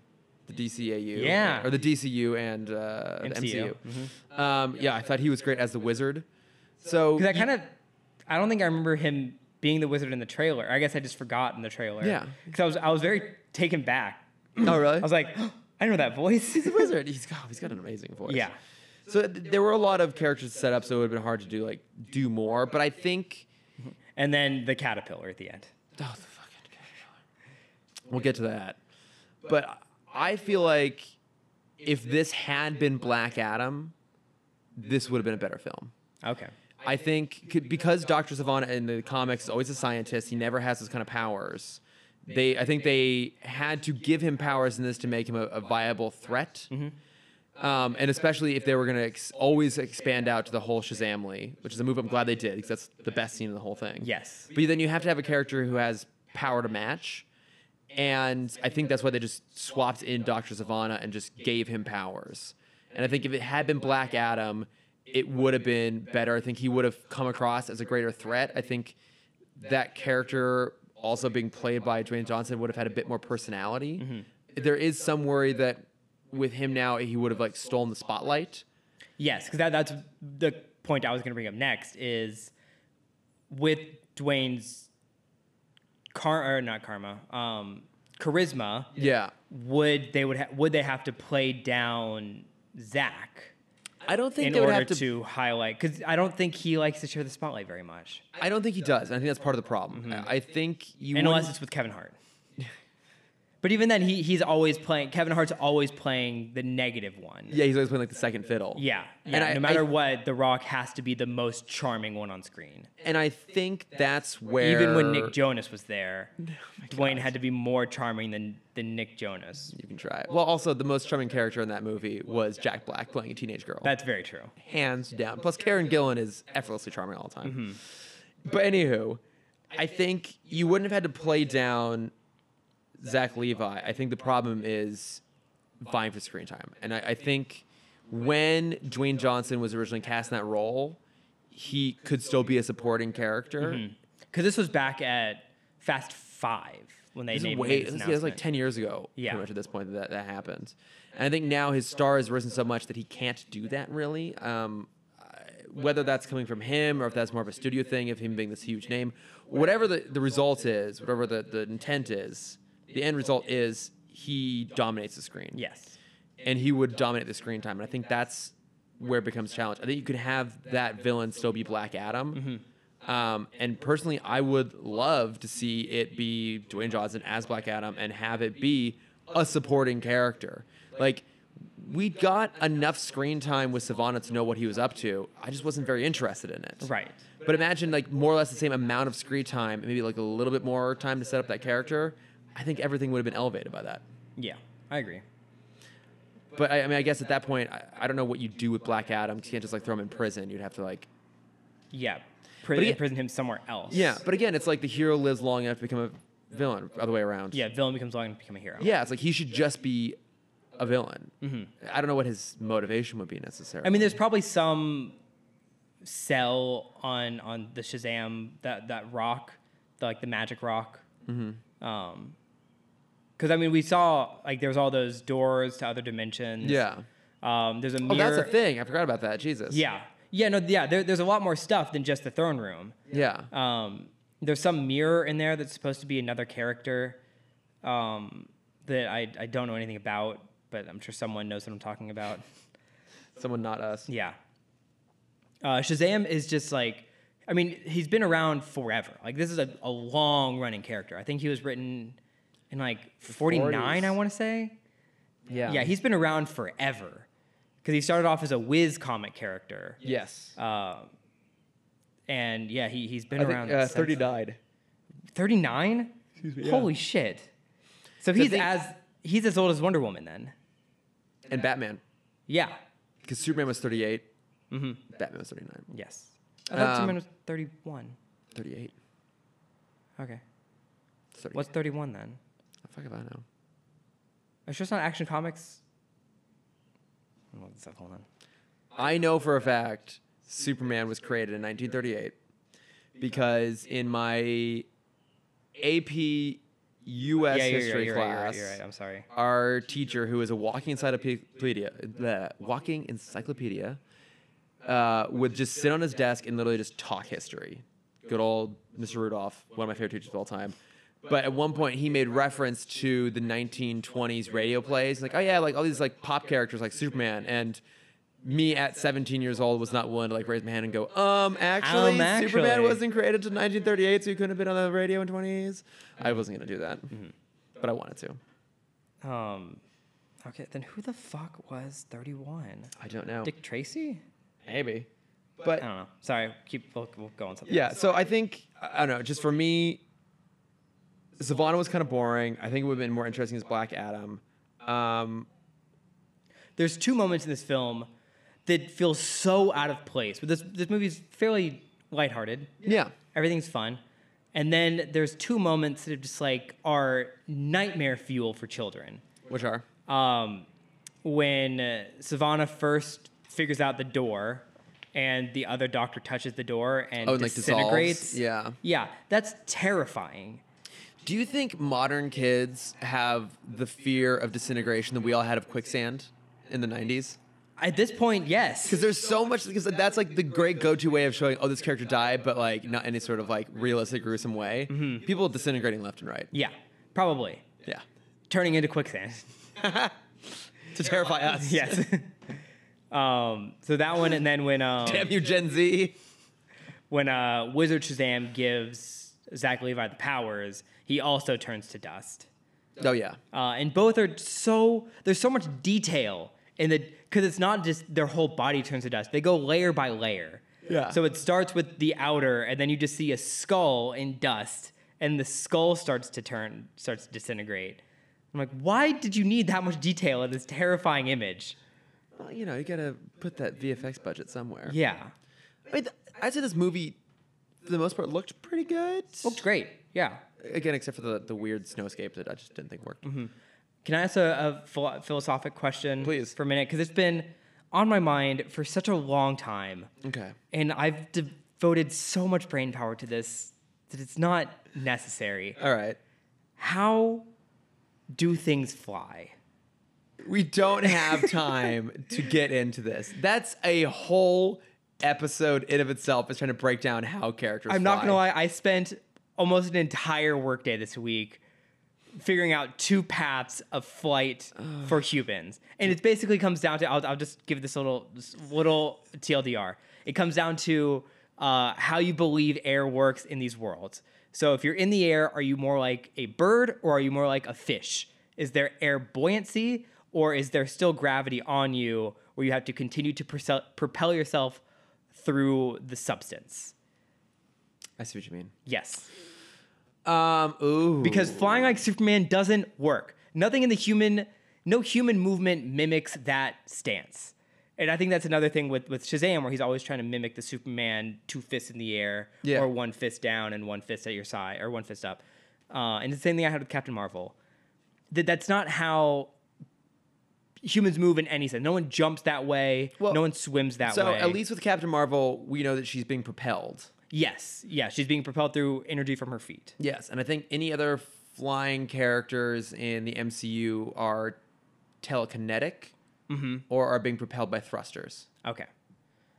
Speaker 1: the DCAU,
Speaker 2: Yeah.
Speaker 1: or the DCU and uh, the
Speaker 2: MCU.
Speaker 1: MCU.
Speaker 2: Mm-hmm.
Speaker 1: Um, yeah, I thought he was great as the Wizard. So
Speaker 2: Because I kind of, I don't think I remember him being the wizard in the trailer. I guess I just forgot in the trailer.
Speaker 1: Yeah.
Speaker 2: Because I was, I was very taken back.
Speaker 1: oh really?
Speaker 2: I was like, (gasps) I know that voice.
Speaker 1: he's a wizard. He's got, he's got an amazing voice.
Speaker 2: (laughs) yeah.
Speaker 1: So th- there were a lot of characters set up, so it would have been hard to do like do more. But I think.
Speaker 2: And then the caterpillar at the end.
Speaker 1: Oh, the fucking caterpillar. We'll get to that. But I feel like if this had been Black Adam, this would have been a better film.
Speaker 2: Okay.
Speaker 1: I think c- because Dr. Savannah in the comics is always a scientist, he never has those kind of powers. They, I think they had to give him powers in this to make him a, a viable threat. Um, and especially if they were going to ex- always expand out to the whole Shazamly, which is a move I'm glad they did because that's the best scene in the whole thing.
Speaker 2: Yes.
Speaker 1: But then you have to have a character who has power to match. And I think that's why they just swapped in Dr. Savannah and just gave him powers. And I think if it had been Black Adam, it would have been better. I think he would have come across as a greater threat. I think that character, also being played by Dwayne Johnson, would have had a bit more personality.
Speaker 2: Mm-hmm.
Speaker 1: There is some worry that with him now, he would have like stolen the spotlight.
Speaker 2: Yes, because that, that's the point I was going to bring up next is with Dwayne's car or not karma, um, charisma.
Speaker 1: Yeah.
Speaker 2: Would they would ha- would they have to play down Zach
Speaker 1: I don't think
Speaker 2: in
Speaker 1: they would
Speaker 2: order
Speaker 1: have
Speaker 2: to,
Speaker 1: to
Speaker 2: highlight? Because I don't think he likes to share the spotlight very much,
Speaker 1: I don't think he does. And I think that's part of the problem. I I think you
Speaker 2: Mm-hmm. unless
Speaker 1: wouldn't-
Speaker 2: it's with
Speaker 1: (laughs)
Speaker 2: Kevin Hart. But even then, he, he's always playing. Kevin Hart's always playing the negative one.
Speaker 1: yeah, he's always playing like the second fiddle.
Speaker 2: yeah. yeah.
Speaker 1: And I-
Speaker 2: no matter
Speaker 1: I-
Speaker 2: what, The Rock has to be the most charming one on screen.
Speaker 1: And I think that's where Oh
Speaker 2: even when Nick Jonas was there,
Speaker 1: (laughs)
Speaker 2: Dwayne had to be more charming than than Nick Jonas.
Speaker 1: you can try it. Well, also the most charming character in that movie was Jack Black playing a teenage girl,
Speaker 2: That's very true.
Speaker 1: hands down. Plus Karen Gillan is effortlessly charming all the time.
Speaker 2: Mm-hmm.
Speaker 1: But anywho, I think you wouldn't have had to play down Zach Levi. I think the problem is vying for screen time, and I, I think when Dwayne Johnson was originally cast in that role, he could still be a supporting character.
Speaker 2: Mm-hmm. Because this was back at Fast Five when they
Speaker 1: This is
Speaker 2: named
Speaker 1: way.
Speaker 2: made this
Speaker 1: This is like
Speaker 2: announcement.
Speaker 1: ten years ago.
Speaker 2: Yeah.
Speaker 1: Pretty much at this point that that happened, and I think now his star has risen so much that he can't do that really. Um, I- whether that's coming from him or if that's more of a studio thing of him being this huge name, whatever the, the result is, whatever the, the intent is, the end result is he dominates the screen.
Speaker 2: Yes.
Speaker 1: And he would dominate the screen time. And I think that's where it becomes a challenge. I think you could have that villain still be Black Adam. Um, and personally, I would love to see it be Dwayne Johnson as Black Adam and have it be a supporting character. Like, we got enough screen time with Savannah to know what he was up to. I just wasn't very interested in it.
Speaker 2: Right.
Speaker 1: But imagine, like, more or less the same amount of screen time, and maybe like a little bit more time to set up that character. I think everything would have been elevated by that.
Speaker 2: Yeah, I agree.
Speaker 1: But I, I mean, I guess at that point, I, I don't know what you do with Black Adam. 'cause You can't just like throw him in prison. You'd have to like
Speaker 2: Yeah. Pri-
Speaker 1: But he-
Speaker 2: imprison him somewhere else.
Speaker 1: Yeah, but again, it's like the hero lives long enough to become a villain, other way around.
Speaker 2: yeah. Villain becomes long and become a hero.
Speaker 1: Yeah, it's like he should just be a villain. I don't know what his motivation would be necessarily.
Speaker 2: Mm-hmm. I mean, there's probably some sell on on the Shazam that that rock, the, like the magic rock. Mm-hmm. Um, because I mean, we saw like there was all those doors to other dimensions.
Speaker 1: yeah.
Speaker 2: Um, there's a
Speaker 1: Oh,
Speaker 2: mirror.
Speaker 1: that's a thing. I forgot about that. Jesus.
Speaker 2: Yeah. Yeah. No. Yeah. There, there's a lot more stuff than just the throne room.
Speaker 1: Yeah.
Speaker 2: Um, there's some mirror in there that's supposed to be another character um, that I, I don't know anything about, but I'm sure someone knows what I'm talking about.
Speaker 1: Someone not us.
Speaker 2: Yeah. Uh, Shazam is just like, I mean, he's been around forever. Like, this is a, a long running character. I think he was written in like 49,
Speaker 1: 40s.
Speaker 2: I want to say.
Speaker 1: Yeah.
Speaker 2: Yeah, he's been around forever because he started off as a Wiz comic character.
Speaker 1: yes.
Speaker 2: Uh, and yeah, he, he's been
Speaker 1: I
Speaker 2: around
Speaker 1: think uh,
Speaker 2: since-
Speaker 1: thirty died.
Speaker 2: 39?
Speaker 1: me, yeah.
Speaker 2: Holy shit. So
Speaker 1: The
Speaker 2: he's
Speaker 1: thing-
Speaker 2: as he's as old as Wonder Woman then.
Speaker 1: And Batman,
Speaker 2: Yeah.
Speaker 1: because Superman was 38
Speaker 2: Mm-hmm.
Speaker 1: Batman was thirty nine.
Speaker 2: Yes. I thought
Speaker 1: Um,
Speaker 2: Superman was 31.
Speaker 1: Thirty eight.
Speaker 2: Okay.
Speaker 1: Thirty.
Speaker 2: What's 31 then?
Speaker 1: the fuck if I know?
Speaker 2: It's just not Action Comics. Hold on a sec, hold on.
Speaker 1: I know for a fact Superman was created in 1938 because in my AP US
Speaker 2: yeah, you're,
Speaker 1: history
Speaker 2: you're, right, you're right,
Speaker 1: class,
Speaker 2: you're right. I'm sorry.
Speaker 1: our teacher, who is a walking encyclopedia, bleh, walking encyclopedia, uh, would just sit on his desk and literally just talk history. Good old Mr. Rudolph, one of my favorite teachers of all time. But at one point, he made reference to the 1920s radio plays, like, oh yeah, like all these like pop characters like Superman and. Me at 17 years old was not willing to like raise my hand and go, um, actually, Superman
Speaker 2: actually."
Speaker 1: wasn't created until 1938, so he couldn't have been on the radio in 20s. I wasn't gonna do that, but I wanted to.
Speaker 2: Um, okay, then who the fuck was 31?
Speaker 1: I don't know.
Speaker 2: Dick Tracy?
Speaker 1: Maybe.
Speaker 2: I
Speaker 1: But
Speaker 2: don't know. Sorry, keep we'll, we'll go on something.
Speaker 1: yeah, so I think I don't know, just for me Savannah was kind of boring. I think it would have been more interesting as Black Adam. Um,
Speaker 2: There's two moments in this film that feel so out of place, but this this movie's fairly lighthearted.
Speaker 1: yeah.
Speaker 2: Everything's fun. And then there's two moments that are just like are nightmare fuel for children.
Speaker 1: Which are?
Speaker 2: um, when uh, Savannah first figures out the door, and the other doctor touches the door and
Speaker 1: Oh, and, like, dissolves.
Speaker 2: disintegrates.
Speaker 1: Yeah.
Speaker 2: yeah, that's terrifying.
Speaker 1: Do you think modern kids have the fear of disintegration that we all had of quicksand in the 90s?
Speaker 2: At this point, yes,
Speaker 1: Because there's so much, because that's like the great go to way of showing, oh, this character died, but like not any sort of like realistic, gruesome way. People disintegrating left and right.
Speaker 2: yeah, probably
Speaker 1: Yeah.
Speaker 2: turning into quicksand. (laughs)
Speaker 1: (laughs) To terrify us.
Speaker 2: yes. (laughs) um, so that one, and then when um,
Speaker 1: (laughs) Damn you, Gen Z.
Speaker 2: when uh, Wizard Shazam gives Zach Levi the powers, he also turns to dust.
Speaker 1: Oh, yeah.
Speaker 2: uh, and both are so there's so much detail in the because it's not just their whole body turns to dust they go layer by layer
Speaker 1: Yeah.
Speaker 2: so it starts with the outer and then you just see a skull in dust and the skull starts to turn starts to disintegrate i'm like why did you need that much detail in this terrifying image
Speaker 1: Well, you know, you gotta put that VFX budget somewhere.
Speaker 2: yeah
Speaker 1: I mean, th- I'd say this movie, for the most part, looked pretty good.
Speaker 2: looked great yeah
Speaker 1: Again, except for the, the weird snowscape that I just didn't think worked.
Speaker 2: Mm-hmm. Can I ask a, a philo- philosophic question,
Speaker 1: Please.
Speaker 2: for a minute? Because it's been on my mind for such a long time.
Speaker 1: Okay.
Speaker 2: and I've devoted so much brain power to this that it's not necessary.
Speaker 1: All right.
Speaker 2: How do things fly?
Speaker 1: We don't have time to get into this. That's a whole episode in of itself is trying to break down how characters
Speaker 2: I'm not
Speaker 1: fly.
Speaker 2: gonna lie, I spent almost an entire workday this week figuring out two paths of flight for humans, and it basically comes down to I'll, I'll just give this little this little TLDR. It comes down to uh, how you believe air works in these worlds. So if you're in the air, are you more like a bird or are you more like a fish? Is there air buoyancy or is there still gravity on you where you have to continue to perse- propel yourself through the substance?
Speaker 1: I see what you mean.
Speaker 2: Yes.
Speaker 1: Um, ooh.
Speaker 2: because flying like Superman doesn't work. Nothing in the human, no human movement mimics that stance. And I think that's another thing with, with Shazam, where he's always trying to mimic the Superman two fists in the air,
Speaker 1: Yeah.
Speaker 2: or one fist down and one fist at your side, or one fist up. Uh, and the same thing I had with Captain Marvel. That that's not how humans move in any sense. No one jumps that way.
Speaker 1: Well,
Speaker 2: no one swims that
Speaker 1: so
Speaker 2: way.
Speaker 1: at least with Captain Marvel, we know that she's being propelled.
Speaker 2: yes, yeah, she's being propelled through energy from her feet.
Speaker 1: Yes, and I think any other flying characters in the MCU are telekinetic or are being propelled by thrusters.
Speaker 2: Okay.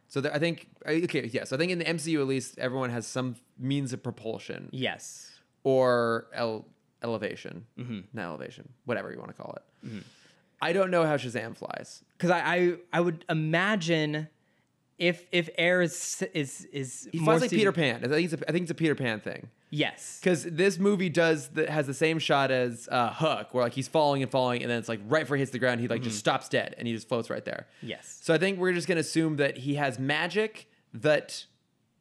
Speaker 1: So there, I think I- okay, yes, I think in the MCU at least everyone has some means of propulsion
Speaker 2: Yes.
Speaker 1: or el- elevation, not elevation, whatever you want to call it. I don't know how Shazam flies.
Speaker 2: because I, I I would imagine if if air is is is
Speaker 1: He
Speaker 2: more
Speaker 1: flies like
Speaker 2: se-
Speaker 1: Peter Pan. I think it's a, I think it's a Peter Pan thing.
Speaker 2: Yes.
Speaker 1: Because this movie does the, has the same shot as uh, Hook, where like he's falling and falling, and then it's like right before he hits the ground, he like just stops dead and he just floats right there.
Speaker 2: Mm-hmm. Yes.
Speaker 1: So I think we're just gonna assume that he has magic that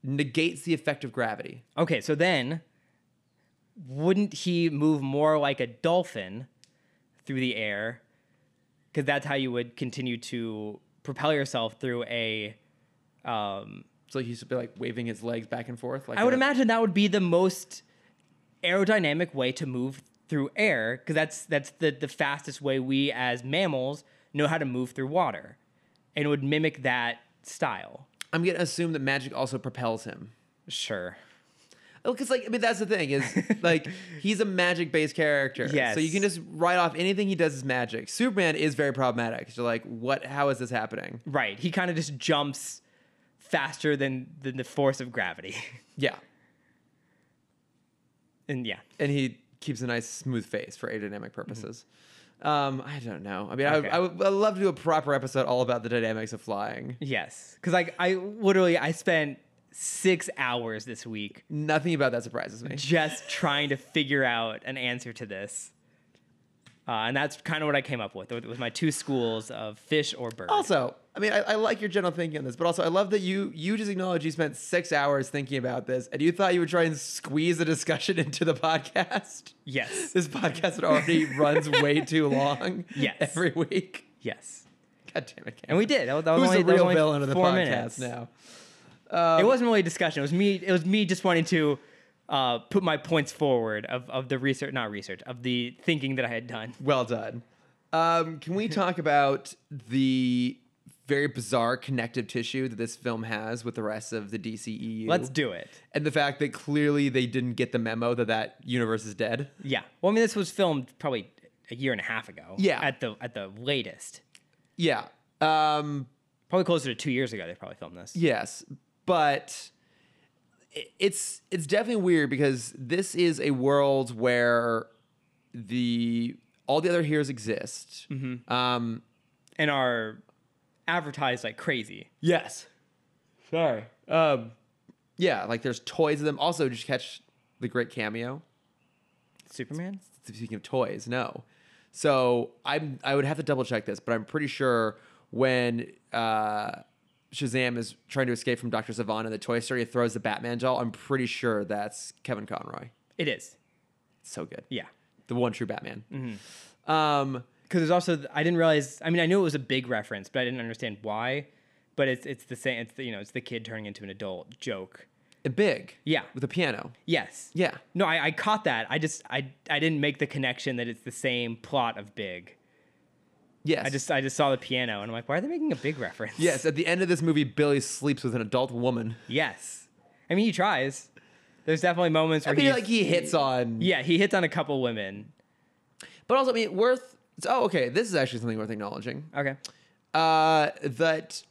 Speaker 1: negates the effect of gravity.
Speaker 2: Okay, so then wouldn't he move more like a dolphin through the air? Because that's how you would continue to propel yourself through a. Um,
Speaker 1: So he should be like waving his legs back and forth. Like
Speaker 2: I would
Speaker 1: a-
Speaker 2: imagine that would be the most aerodynamic way to move through air, because that's that's the the fastest way we as mammals know how to move through water, and it would mimic that style.
Speaker 1: I'm gonna assume that magic also propels him.
Speaker 2: Sure.
Speaker 1: Because like I mean that's the thing
Speaker 2: (laughs)
Speaker 1: is like he's a magic based character.
Speaker 2: Yes.
Speaker 1: So you can just write off anything he does as magic. Superman is very problematic. So like what? How is this happening?
Speaker 2: Right. He kind of just jumps faster than than the force of gravity, (laughs)
Speaker 1: Yeah.
Speaker 2: and yeah.
Speaker 1: and he keeps a nice smooth face for aerodynamic purposes. Um, I don't know. I mean, I,
Speaker 2: Mm-hmm. Okay.
Speaker 1: I, would, I would love to do a proper episode all about the dynamics of flying.
Speaker 2: Yes, because like I literally I spent six hours this week (laughs)
Speaker 1: Nothing about that surprises me.
Speaker 2: just trying to figure out an answer to this. Uh, and that's kind of what I came up with. It was my two schools of fish or bird.
Speaker 1: Also, I mean, I, I like your general thinking on this, but also I love that you you just acknowledge you spent six hours thinking about this, and you thought you would try and squeeze a discussion (laughs) into the podcast.
Speaker 2: yes.
Speaker 1: This podcast
Speaker 2: (laughs)
Speaker 1: already runs way too long.
Speaker 2: Yes.
Speaker 1: every week.
Speaker 2: Yes.
Speaker 1: God damn it!
Speaker 2: And we did. That was, that was
Speaker 1: Who's
Speaker 2: only,
Speaker 1: the
Speaker 2: that was
Speaker 1: real
Speaker 2: only
Speaker 1: villain of the
Speaker 2: four
Speaker 1: podcast
Speaker 2: minutes.
Speaker 1: now?
Speaker 2: it wasn't really a discussion. It was me. It was me just wanting to uh, put my points forward of, of the research, not research, of the thinking that I had done.
Speaker 1: Well done. Um, can we talk about the very bizarre connective tissue that this film has with the rest of the DCEU?
Speaker 2: Let's do it.
Speaker 1: And the fact that clearly they didn't get the memo that that universe is dead.
Speaker 2: Yeah. Well, I mean, this was filmed probably a year and a half ago.
Speaker 1: Yeah.
Speaker 2: At the at the latest,
Speaker 1: Yeah. Um,
Speaker 2: probably closer to two years ago, they probably filmed this.
Speaker 1: yes, but i- it's it's definitely weird because this is a world where the all the other heroes exist. Um,
Speaker 2: and are advertised like crazy.
Speaker 1: Yes. Sorry. Um, yeah, like there's toys of them. Also, did you catch the great cameo?
Speaker 2: Superman.
Speaker 1: Speaking of toys, no. So I'm I would have to double check this, but I'm pretty sure when uh, Shazam is trying to escape from Doctor Savannah, the Toy Story throws the Batman doll. I'm pretty sure that's Kevin Conroy.
Speaker 2: It is.
Speaker 1: so good,
Speaker 2: Yeah. Mm-hmm.
Speaker 1: the one true Batman. Um,
Speaker 2: Because there's also th- I didn't realize. I mean, I knew it was a big reference, but I didn't understand why. But it's it's the same. It's the, you know it's the kid turning into an adult joke.
Speaker 1: and big,
Speaker 2: Yeah.
Speaker 1: with a piano,
Speaker 2: Yes.
Speaker 1: yeah.
Speaker 2: No, I, I caught that. I just I I didn't make the connection that it's the same plot of Big.
Speaker 1: Yes,
Speaker 2: I just I just saw the piano and I'm like, why are they making a Big reference?
Speaker 1: yes. At the end of this movie, Billy sleeps with an adult woman.
Speaker 2: Yes. I mean, he tries. There's definitely moments
Speaker 1: I
Speaker 2: where
Speaker 1: mean,
Speaker 2: he
Speaker 1: (laughs) like he hits on
Speaker 2: yeah he hits on a couple women.
Speaker 1: But also, I mean, worth. Oh, okay. This is actually something worth acknowledging.
Speaker 2: Okay.
Speaker 1: Uh, that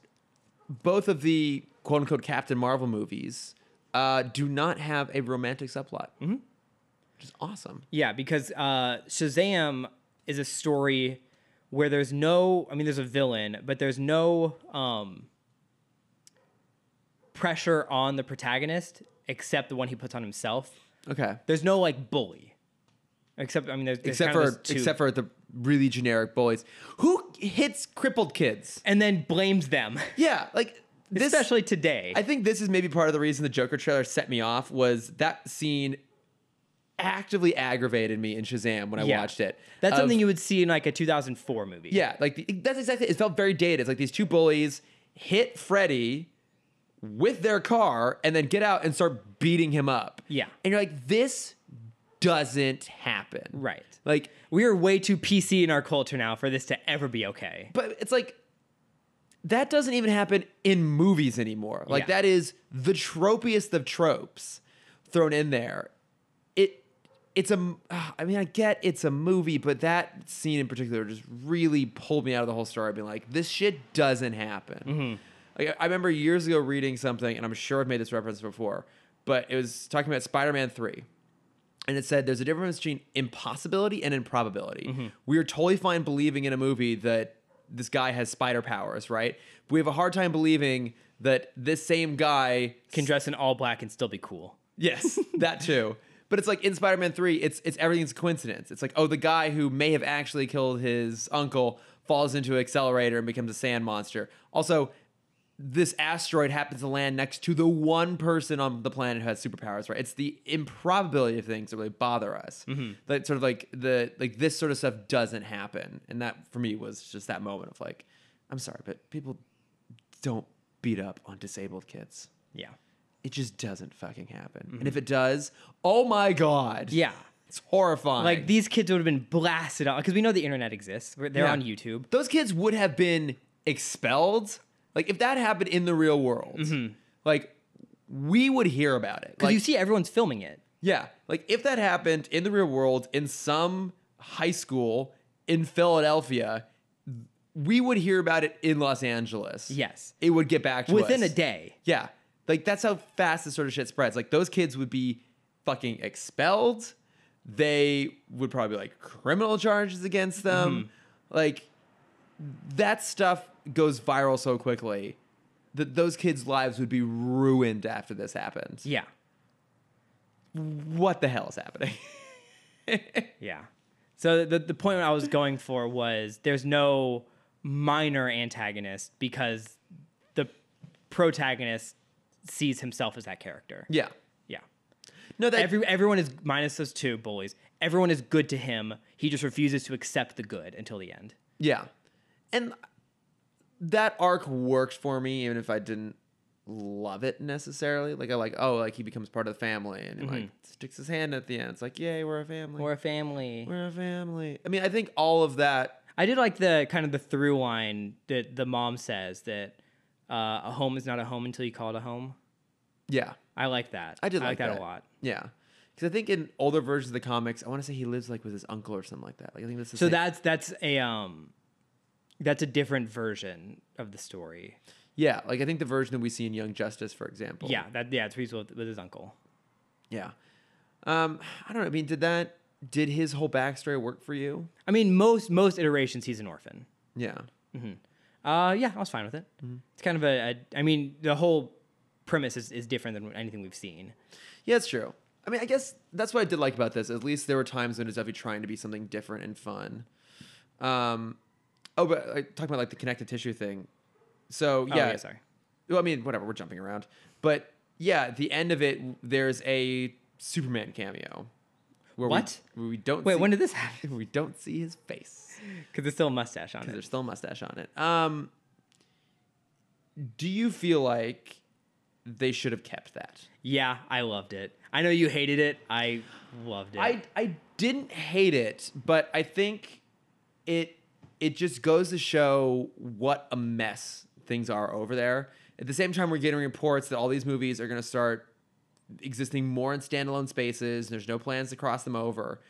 Speaker 1: both of the quote unquote Captain Marvel movies uh, do not have a romantic subplot, mm-hmm. which is awesome.
Speaker 2: Yeah, because uh, Shazam is a story where there's no, I mean, there's a villain, but there's no um, pressure on the protagonist except the one he puts on himself.
Speaker 1: Okay.
Speaker 2: There's no like bully, except I mean, there's, there's
Speaker 1: Except
Speaker 2: kind of
Speaker 1: for
Speaker 2: those two-
Speaker 1: except for the really generic bullies who hits crippled kids.
Speaker 2: and then blames them,
Speaker 1: Yeah, like (laughs) this.
Speaker 2: especially today.
Speaker 1: I think this is maybe part of the reason the Joker trailer set me off was that scene actively aggravated me in Shazam when I
Speaker 2: Yeah.
Speaker 1: watched it.
Speaker 2: That's
Speaker 1: Of-
Speaker 2: something you would see in like a 2004 movie.
Speaker 1: Yeah, like the, that's exactly. It felt very dated. It's like these two bullies hit Freddy with their car and then get out and start beating him up.
Speaker 2: Yeah.
Speaker 1: and you're like, this doesn't happen.
Speaker 2: Right.
Speaker 1: Like,
Speaker 2: We are way too PC in our culture now for this to ever be okay.
Speaker 1: but it's like that doesn't even happen in movies anymore. Like
Speaker 2: Yeah.
Speaker 1: that is the tropiest of tropes thrown in there. It. It's a. m- ah, I mean, I get it's a movie, but that scene in particular just really pulled me out of the whole story. Being like, this shit doesn't happen. Like, I- I remember years ago reading something, and I'm sure I've made this reference before, but it was talking about Spider-Man Three, and it said there's a difference between impossibility and improbability. We are totally fine believing in a movie that this guy has spider powers, right? But we have a hard time believing that this same guy
Speaker 2: Can dress in all black and still be cool.
Speaker 1: Yes, that too. But it's like in Spider-Man 3, it's it's everything's a coincidence. It's like, oh, the guy who may have actually killed his uncle falls into an accelerator and becomes a sand monster. Also, this asteroid happens to land next to the one person on the planet who has superpowers, right? It's the improbability of things that really bother us. That sort of like the like this sort of stuff doesn't happen. And that for me was just that moment of like, I'm sorry, but people don't beat up on disabled kids
Speaker 2: Yeah.
Speaker 1: it just doesn't fucking happen. And if it does, oh my god,
Speaker 2: Mm-hmm. Yeah.
Speaker 1: it's horrifying.
Speaker 2: Like these kids would have been blasted out because we know the internet exists. We're- They're
Speaker 1: Yeah.
Speaker 2: on YouTube.
Speaker 1: those kids would have been expelled. Like if that happened in the real world, like we would hear about it.
Speaker 2: Because
Speaker 1: Like
Speaker 2: Mm-hmm. you see everyone's filming it.
Speaker 1: yeah, like if that happened in the real world in some high school in Philadelphia, we would hear about it in Los Angeles.
Speaker 2: Yes.
Speaker 1: it would get back to
Speaker 2: Within a
Speaker 1: us.
Speaker 2: day.
Speaker 1: Yeah. Like that's how fast this sort of shit spreads. Like those kids would be fucking expelled. They would probably like criminal charges against them. Like that stuff goes viral so quickly that those kids' lives would be ruined after this happened.
Speaker 2: Yeah.
Speaker 1: What the hell is happening?
Speaker 2: Yeah. So the the point I was going for was there's no minor antagonist because the protagonist sees himself as that character.
Speaker 1: (laughs) Yeah.
Speaker 2: Yeah.
Speaker 1: No, that
Speaker 2: Every everyone is minus those two bullies. Everyone is good to him. He just refuses to accept the good until the end.
Speaker 1: Yeah. And that arc worked for me, even if I didn't love it necessarily. Like I like, oh, like he becomes part of the family and he like sticks his hand at the end. It's like, yay, we're a family.
Speaker 2: Or a family.
Speaker 1: we're a family. I mean, I think all of that
Speaker 2: I did like the kind of the through line that the mom says that uh, a home is not a home until you call it a home.
Speaker 1: yeah.
Speaker 2: I like that.
Speaker 1: I did like,
Speaker 2: that. a lot.
Speaker 1: Yeah. Because I think in older versions of the comics, I want to say he lives like with his uncle or something like that. Like I think that's the
Speaker 2: So
Speaker 1: same-
Speaker 2: that's that's a um that's a different version of the story.
Speaker 1: yeah, like I think the version that we see in Young Justice, for example.
Speaker 2: Yeah, that yeah, it's where he's with, with his uncle.
Speaker 1: Yeah. Um, I don't know. I mean, did that did his whole backstory work for you?
Speaker 2: I mean, most most iterations he's an orphan.
Speaker 1: Yeah.
Speaker 2: Uh, yeah, I was fine with it.
Speaker 1: Mm-hmm.
Speaker 2: It's kind of a, a I mean, the whole premise is, is different than anything we've seen.
Speaker 1: Yeah, it's true. I mean, I guess that's what I did like about this. At least there were times when it was definitely trying to be something different and fun. Um, oh, but like, talking about like the connective tissue thing. So
Speaker 2: Oh,
Speaker 1: yeah,
Speaker 2: yeah, sorry.
Speaker 1: Well, I mean, whatever. We're jumping around, but yeah, at the end of it, there's a Superman cameo. Where we-
Speaker 2: What?
Speaker 1: where We, don't.
Speaker 2: Wait,
Speaker 1: see, (laughs)
Speaker 2: when did this happen?
Speaker 1: we don't see his face
Speaker 2: Because there's still a mustache on
Speaker 1: because
Speaker 2: it.
Speaker 1: there's still a mustache on it. Um, do you feel like they should have kept that?
Speaker 2: Yeah, I loved it. I know you hated it. I loved it.
Speaker 1: I I didn't hate it, but I think it it just goes to show what a mess things are over there. At the same time, we're getting reports that all these movies are going to start existing more in standalone spaces. And there's no plans to cross them over.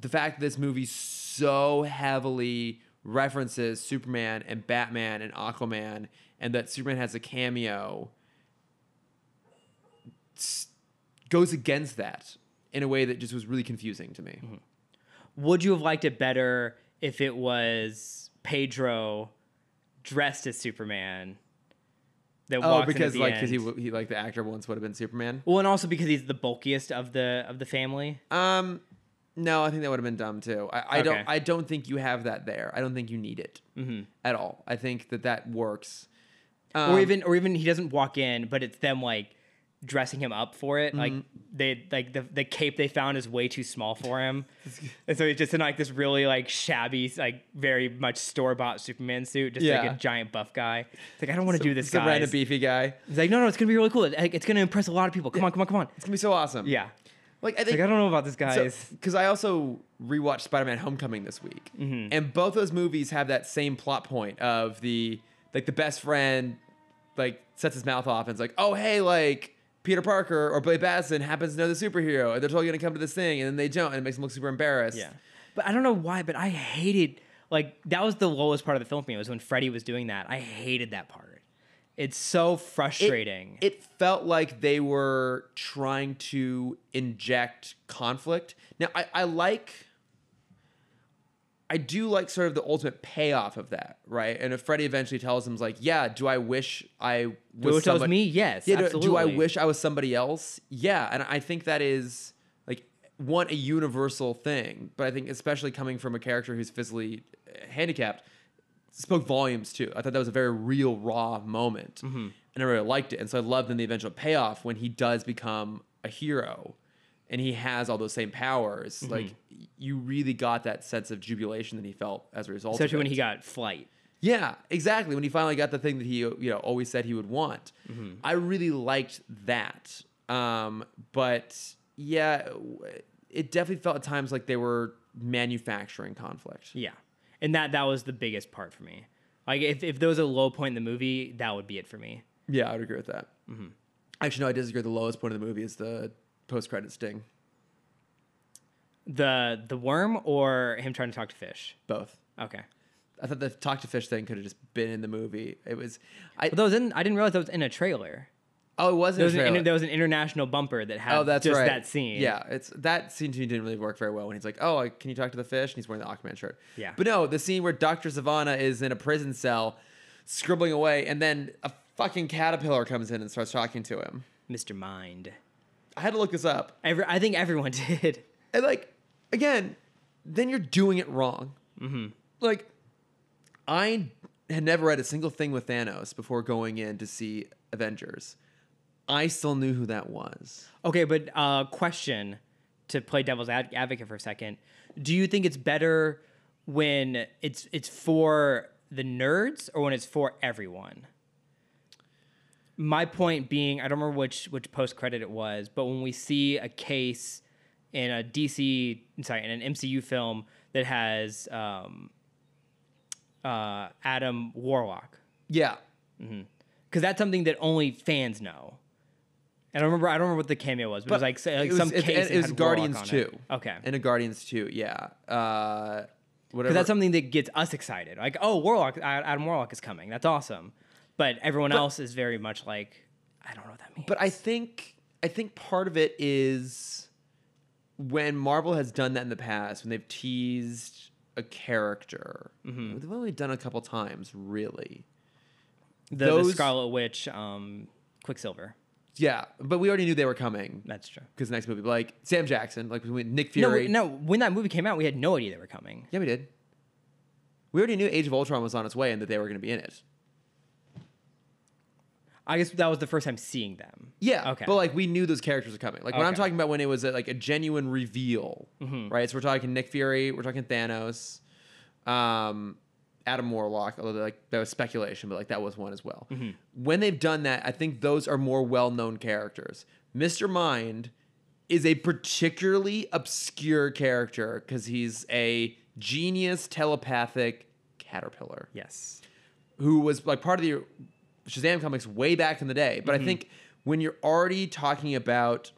Speaker 1: The fact that this movie so heavily references Superman and Batman and Aquaman, and that Superman has a cameo s- goes against that in a way that just was really confusing to me.
Speaker 2: Would you have liked it better if it was Pedro dressed as Superman that
Speaker 1: Oh,
Speaker 2: walks
Speaker 1: because
Speaker 2: in at the
Speaker 1: like because he,
Speaker 2: end?
Speaker 1: w- he like the actor once would have been Superman.
Speaker 2: well, and also because he's the bulkiest of the of the family.
Speaker 1: Um, no, I think that would have been dumb too. I, I
Speaker 2: Okay. Mm-hmm.
Speaker 1: don't I don't think you have that there. I don't think you need it at all. I think that that works. Um,
Speaker 2: or even or even he doesn't walk in, but it's them like dressing him up for it. Like they like the the cape they found is way too small for (laughs) him, and so he's just in like this really like shabby, like very much store bought Superman suit, just like
Speaker 1: Yeah.
Speaker 2: a giant buff guy. It's like I don't want to do this,
Speaker 1: some random
Speaker 2: guys.
Speaker 1: beefy guy.
Speaker 2: He's like, no, no, it's gonna be really cool. Like, it's gonna impress a lot of people. Come on, come on, come on.
Speaker 1: It's gonna be so awesome.
Speaker 2: Yeah.
Speaker 1: like I
Speaker 2: Like
Speaker 1: think
Speaker 2: I don't know about this guy's.
Speaker 1: because I also rewatched Spider-Man: Homecoming this week,
Speaker 2: Mm-hmm.
Speaker 1: and both those movies have that same plot point of the like the best friend like sets his mouth off and is like, oh hey, like Peter Parker or Blake Batson happens to know the superhero, and they're totally gonna come to this thing, and then they don't, and it makes them look super embarrassed.
Speaker 2: yeah. But I don't know why, but I hated like that was the lowest part of the film for me was when Freddie was doing that. I hated that part. It's so
Speaker 1: It-
Speaker 2: frustrating.
Speaker 1: It, felt like they were trying to inject conflict. Now, I, I like, I do like sort of the ultimate payoff of that, right? And if Freddy eventually tells him, like, yeah, do I wish I was
Speaker 2: Which tells
Speaker 1: somebody-
Speaker 2: me yes.
Speaker 1: Yeah, do,
Speaker 2: absolutely.
Speaker 1: do I wish I was somebody else? Yeah, and I think that is like one a universal thing, but I think especially coming from a character who's physically eh, handicapped spoke volumes too. I thought that was a very real raw moment,
Speaker 2: Mm-hmm.
Speaker 1: and I really liked it. And so I loved in the eventual payoff when he does become a hero, and he has all those same powers.
Speaker 2: Mm-hmm.
Speaker 1: Like you really got that sense of jubilation that he felt as a result. of
Speaker 2: Especially when
Speaker 1: it.
Speaker 2: he got flight.
Speaker 1: Yeah, exactly. When he finally got the thing that he, you know, always said he would want,
Speaker 2: Mm-hmm.
Speaker 1: I really liked that. Um, but yeah, w- it definitely felt at times like they were manufacturing conflict.
Speaker 2: Yeah. And that that was the biggest part for me. Like if, if there was a low point in the movie, that would be it for me.
Speaker 1: Yeah, I would agree with that.
Speaker 2: Mm-hmm.
Speaker 1: Actually, no, I disagree. The lowest point of the movie is the post-credit sting.
Speaker 2: The the worm or him trying to talk to fish.
Speaker 1: Both.
Speaker 2: Okay.
Speaker 1: I thought the talk to fish thing could have just been in the movie. It was, I
Speaker 2: But that was in, I didn't realize that was in a trailer.
Speaker 1: oh, it wasn't.
Speaker 2: There
Speaker 1: a
Speaker 2: was, an,
Speaker 1: trailer.
Speaker 2: inter- there was an international bumper that had
Speaker 1: Oh, that's
Speaker 2: just
Speaker 1: right.
Speaker 2: that scene.
Speaker 1: Yeah, it's that scene to me didn't really work very well when he's like, "Oh, I- can you talk to the fish?" and he's wearing the Aquaman shirt.
Speaker 2: Yeah.
Speaker 1: But no, the scene where Doctor Savannah is in a prison cell, scribbling away, and then a fucking caterpillar comes in and starts talking to him.
Speaker 2: Mr. Mind.
Speaker 1: I had to look this up,
Speaker 2: Every, I think everyone (laughs) did.
Speaker 1: and like, again, then you're doing it wrong.
Speaker 2: Mm-hmm.
Speaker 1: Like, I had never read a single thing with Thanos before going in to see Avengers. I still knew who that was.
Speaker 2: Okay, but uh, question to play devil's ad- advocate for a second: Do you think it's better when it's it's for the nerds or when it's for everyone? My point being, I don't remember which which post credit it was, but when we see a case in a DC, sorry, in an MCU film that has um, uh, Adam Warlock,
Speaker 1: Yeah.
Speaker 2: because that's something that only fans know. I don't remember. I don't remember what the cameo was, but, it was like, say, like
Speaker 1: it was,
Speaker 2: some
Speaker 1: it-
Speaker 2: case.
Speaker 1: It, was
Speaker 2: had
Speaker 1: Guardians
Speaker 2: Warlock on it.
Speaker 1: Two.
Speaker 2: Okay,
Speaker 1: And a Guardians Two. Yeah. Uh, whatever.
Speaker 2: because that's something that gets us excited. Like, oh, Warlock, A- Adam Warlock is coming. That's awesome. But everyone else is very much like, I don't know what that means.
Speaker 1: But I think I think part of it is when Marvel has done that in the past, when they've teased a character.
Speaker 2: Mm-hmm.
Speaker 1: They've only done a couple times, really.
Speaker 2: the, the
Speaker 1: those-
Speaker 2: Scarlet Witch, um, Quicksilver.
Speaker 1: Yeah, but we already knew they were coming
Speaker 2: That's true.
Speaker 1: because the next movie, like Sam Jackson, like when Nick
Speaker 2: No,
Speaker 1: Fury.
Speaker 2: no. When that movie came out, we had no idea they were coming.
Speaker 1: Yeah, we did. We already knew Age of Ultron was on its way and that they were going to be in it.
Speaker 2: I guess that was the first time seeing them.
Speaker 1: Yeah.
Speaker 2: Okay.
Speaker 1: But like we knew those characters were coming. Like when I'm
Speaker 2: Okay. Mm-hmm.
Speaker 1: talking about when it was a, like a genuine reveal, right? So we're talking Nick Fury, we're talking Thanos, um, Adam Warlock. Although like that was speculation, but like that was one as well.
Speaker 2: Mm-hmm.
Speaker 1: When they've done that, I think those are more well-known characters. Mr. Mind is a particularly obscure character because he's a genius telepathic caterpillar
Speaker 2: Yes.
Speaker 1: who was like part of the Shazam comics way back in the day.
Speaker 2: Mm-hmm.
Speaker 1: But I think when you're already talking about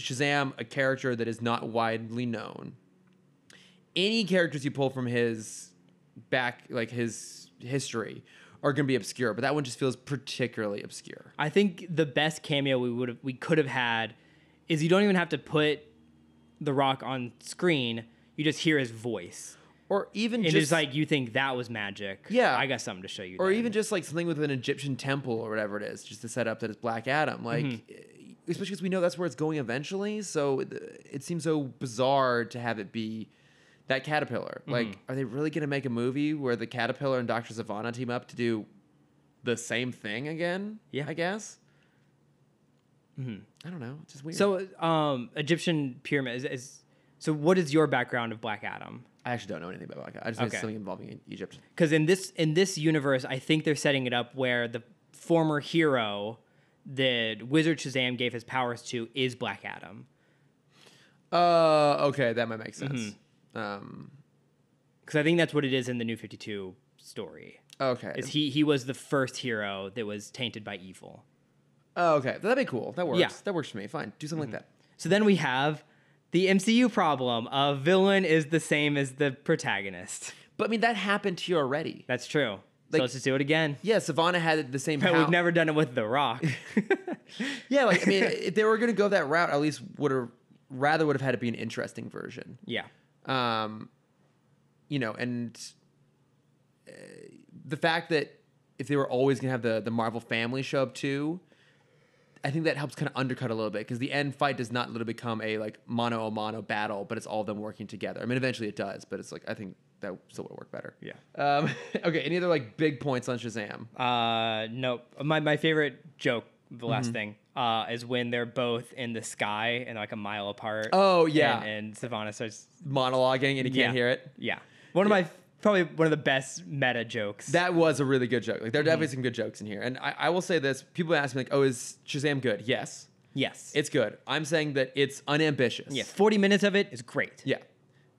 Speaker 1: Shazam, a character that is not widely known, any characters you pull from his back, like his history, are going to be obscure. But that one just feels particularly obscure.
Speaker 2: I think the best cameo we would have we could have had is you don't even have to put the rock on screen. You just hear his voice.
Speaker 1: Or even
Speaker 2: And
Speaker 1: just
Speaker 2: it's like you think that was magic.
Speaker 1: Yeah.
Speaker 2: I got something to show you.
Speaker 1: or
Speaker 2: then.
Speaker 1: even just like something with an Egyptian temple or whatever it is, just to set up that it's Black Adam. Like,
Speaker 2: Mm-hmm.
Speaker 1: eh, especially because we know that's where it's going eventually. So it, it seems so bizarre to have it be that caterpillar.
Speaker 2: Mm-hmm.
Speaker 1: Like, are they really going to make a movie where the caterpillar and Doctor Savannah team up to do the same thing again?
Speaker 2: Yeah. Mm-hmm.
Speaker 1: I guess. I don't know. It's just weird.
Speaker 2: so um Egyptian pyramid is, is so what is your background of Black Adam?
Speaker 1: I actually don't know anything about Black Adam. I just know it's
Speaker 2: Okay.
Speaker 1: something involving Egypt.
Speaker 2: Because in this in this universe, I think they're setting it up where the former hero that Wizard Shazam gave his powers to is Black Adam.
Speaker 1: Uh, okay, that might make sense.
Speaker 2: Mm-hmm.
Speaker 1: Um,
Speaker 2: Because I think that's what it is in the New Fifty Two story.
Speaker 1: okay.
Speaker 2: is he he was the first hero that was tainted by evil.
Speaker 1: Oh, okay. That'd be cool. That works.
Speaker 2: Yeah. Mm-hmm.
Speaker 1: That works for me. Fine. Do something like that.
Speaker 2: So then we have the MCU problem. A villain is the same as the protagonist.
Speaker 1: But I mean, that happened to you already.
Speaker 2: That's true. so
Speaker 1: Like-
Speaker 2: let's just do it (laughs) again.
Speaker 1: Yeah, Savannah had the same.
Speaker 2: But
Speaker 1: pow-
Speaker 2: we've never done it with The (laughs) Rock.
Speaker 1: (laughs) Yeah, like I
Speaker 2: (laughs)
Speaker 1: mean, if they were gonna go that route, at least would have rather would have had to be an interesting version.
Speaker 2: yeah.
Speaker 1: Um, you know, and uh, the fact that if they were always gonna have the the Marvel family show up too, I think that helps kind of undercut a little bit because the end fight does not literally become a like mono a mono battle, but it's all of them working together. I mean, eventually it does, but it's like I think that still would work better.
Speaker 2: Yeah.
Speaker 1: Um, (laughs) okay. Any other like big points on Shazam?
Speaker 2: Uh, nope. My my favorite joke, the last thing, uh, is when they're both in the sky and like a mile apart.
Speaker 1: Oh, yeah.
Speaker 2: And, and Savannah starts.
Speaker 1: Monologuing and you
Speaker 2: Yeah.
Speaker 1: can't hear it.
Speaker 2: Yeah. One of my probably one of the best meta jokes.
Speaker 1: That was a really good joke. Like there are
Speaker 2: Mm-hmm.
Speaker 1: definitely some good jokes in here. And I, I will say this: people ask me like, "Oh, is Shazam good?" Yes,
Speaker 2: yes.
Speaker 1: it's good. I'm saying that it's unambitious.
Speaker 2: yeah. Forty minutes of it is great.
Speaker 1: Yeah,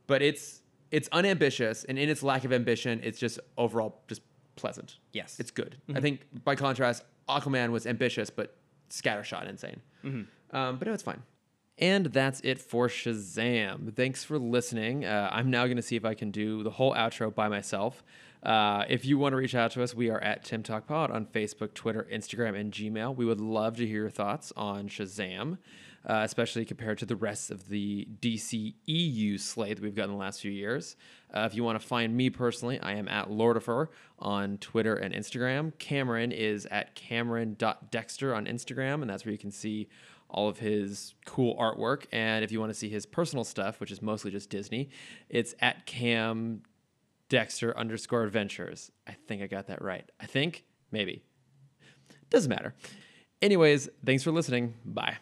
Speaker 1: but it's it's unambitious, and in its lack of ambition, it's just overall just pleasant.
Speaker 2: Yes. Mm-hmm.
Speaker 1: it's good. I think by contrast, Aquaman was ambitious but scattershot insane.
Speaker 2: Mm-hmm.
Speaker 1: Um, but no, it's fine.
Speaker 3: And that's it for Shazam. Thanks for listening. Uh, I'm now going to see if I can do the whole outro by myself. Uh, if you want to reach out to us, we are at Tim Talk Pod on Facebook, Twitter, Instagram, and Gmail. We would love to hear your thoughts on Shazam, uh, especially compared to the rest of the DC EU slate that we've gotten the last few years. Uh, if you want to find me personally, I am at Lordifer on Twitter and Instagram. Cameron is at Cameron.dexter on Instagram, and that's where you can see
Speaker 1: all of his cool artwork. And if you want to see his personal stuff, which is mostly just Disney, it's at Cam Dexter underscore adventures. I think I got that right. I think, maybe. Doesn't matter. Anyways, thanks for listening. Bye.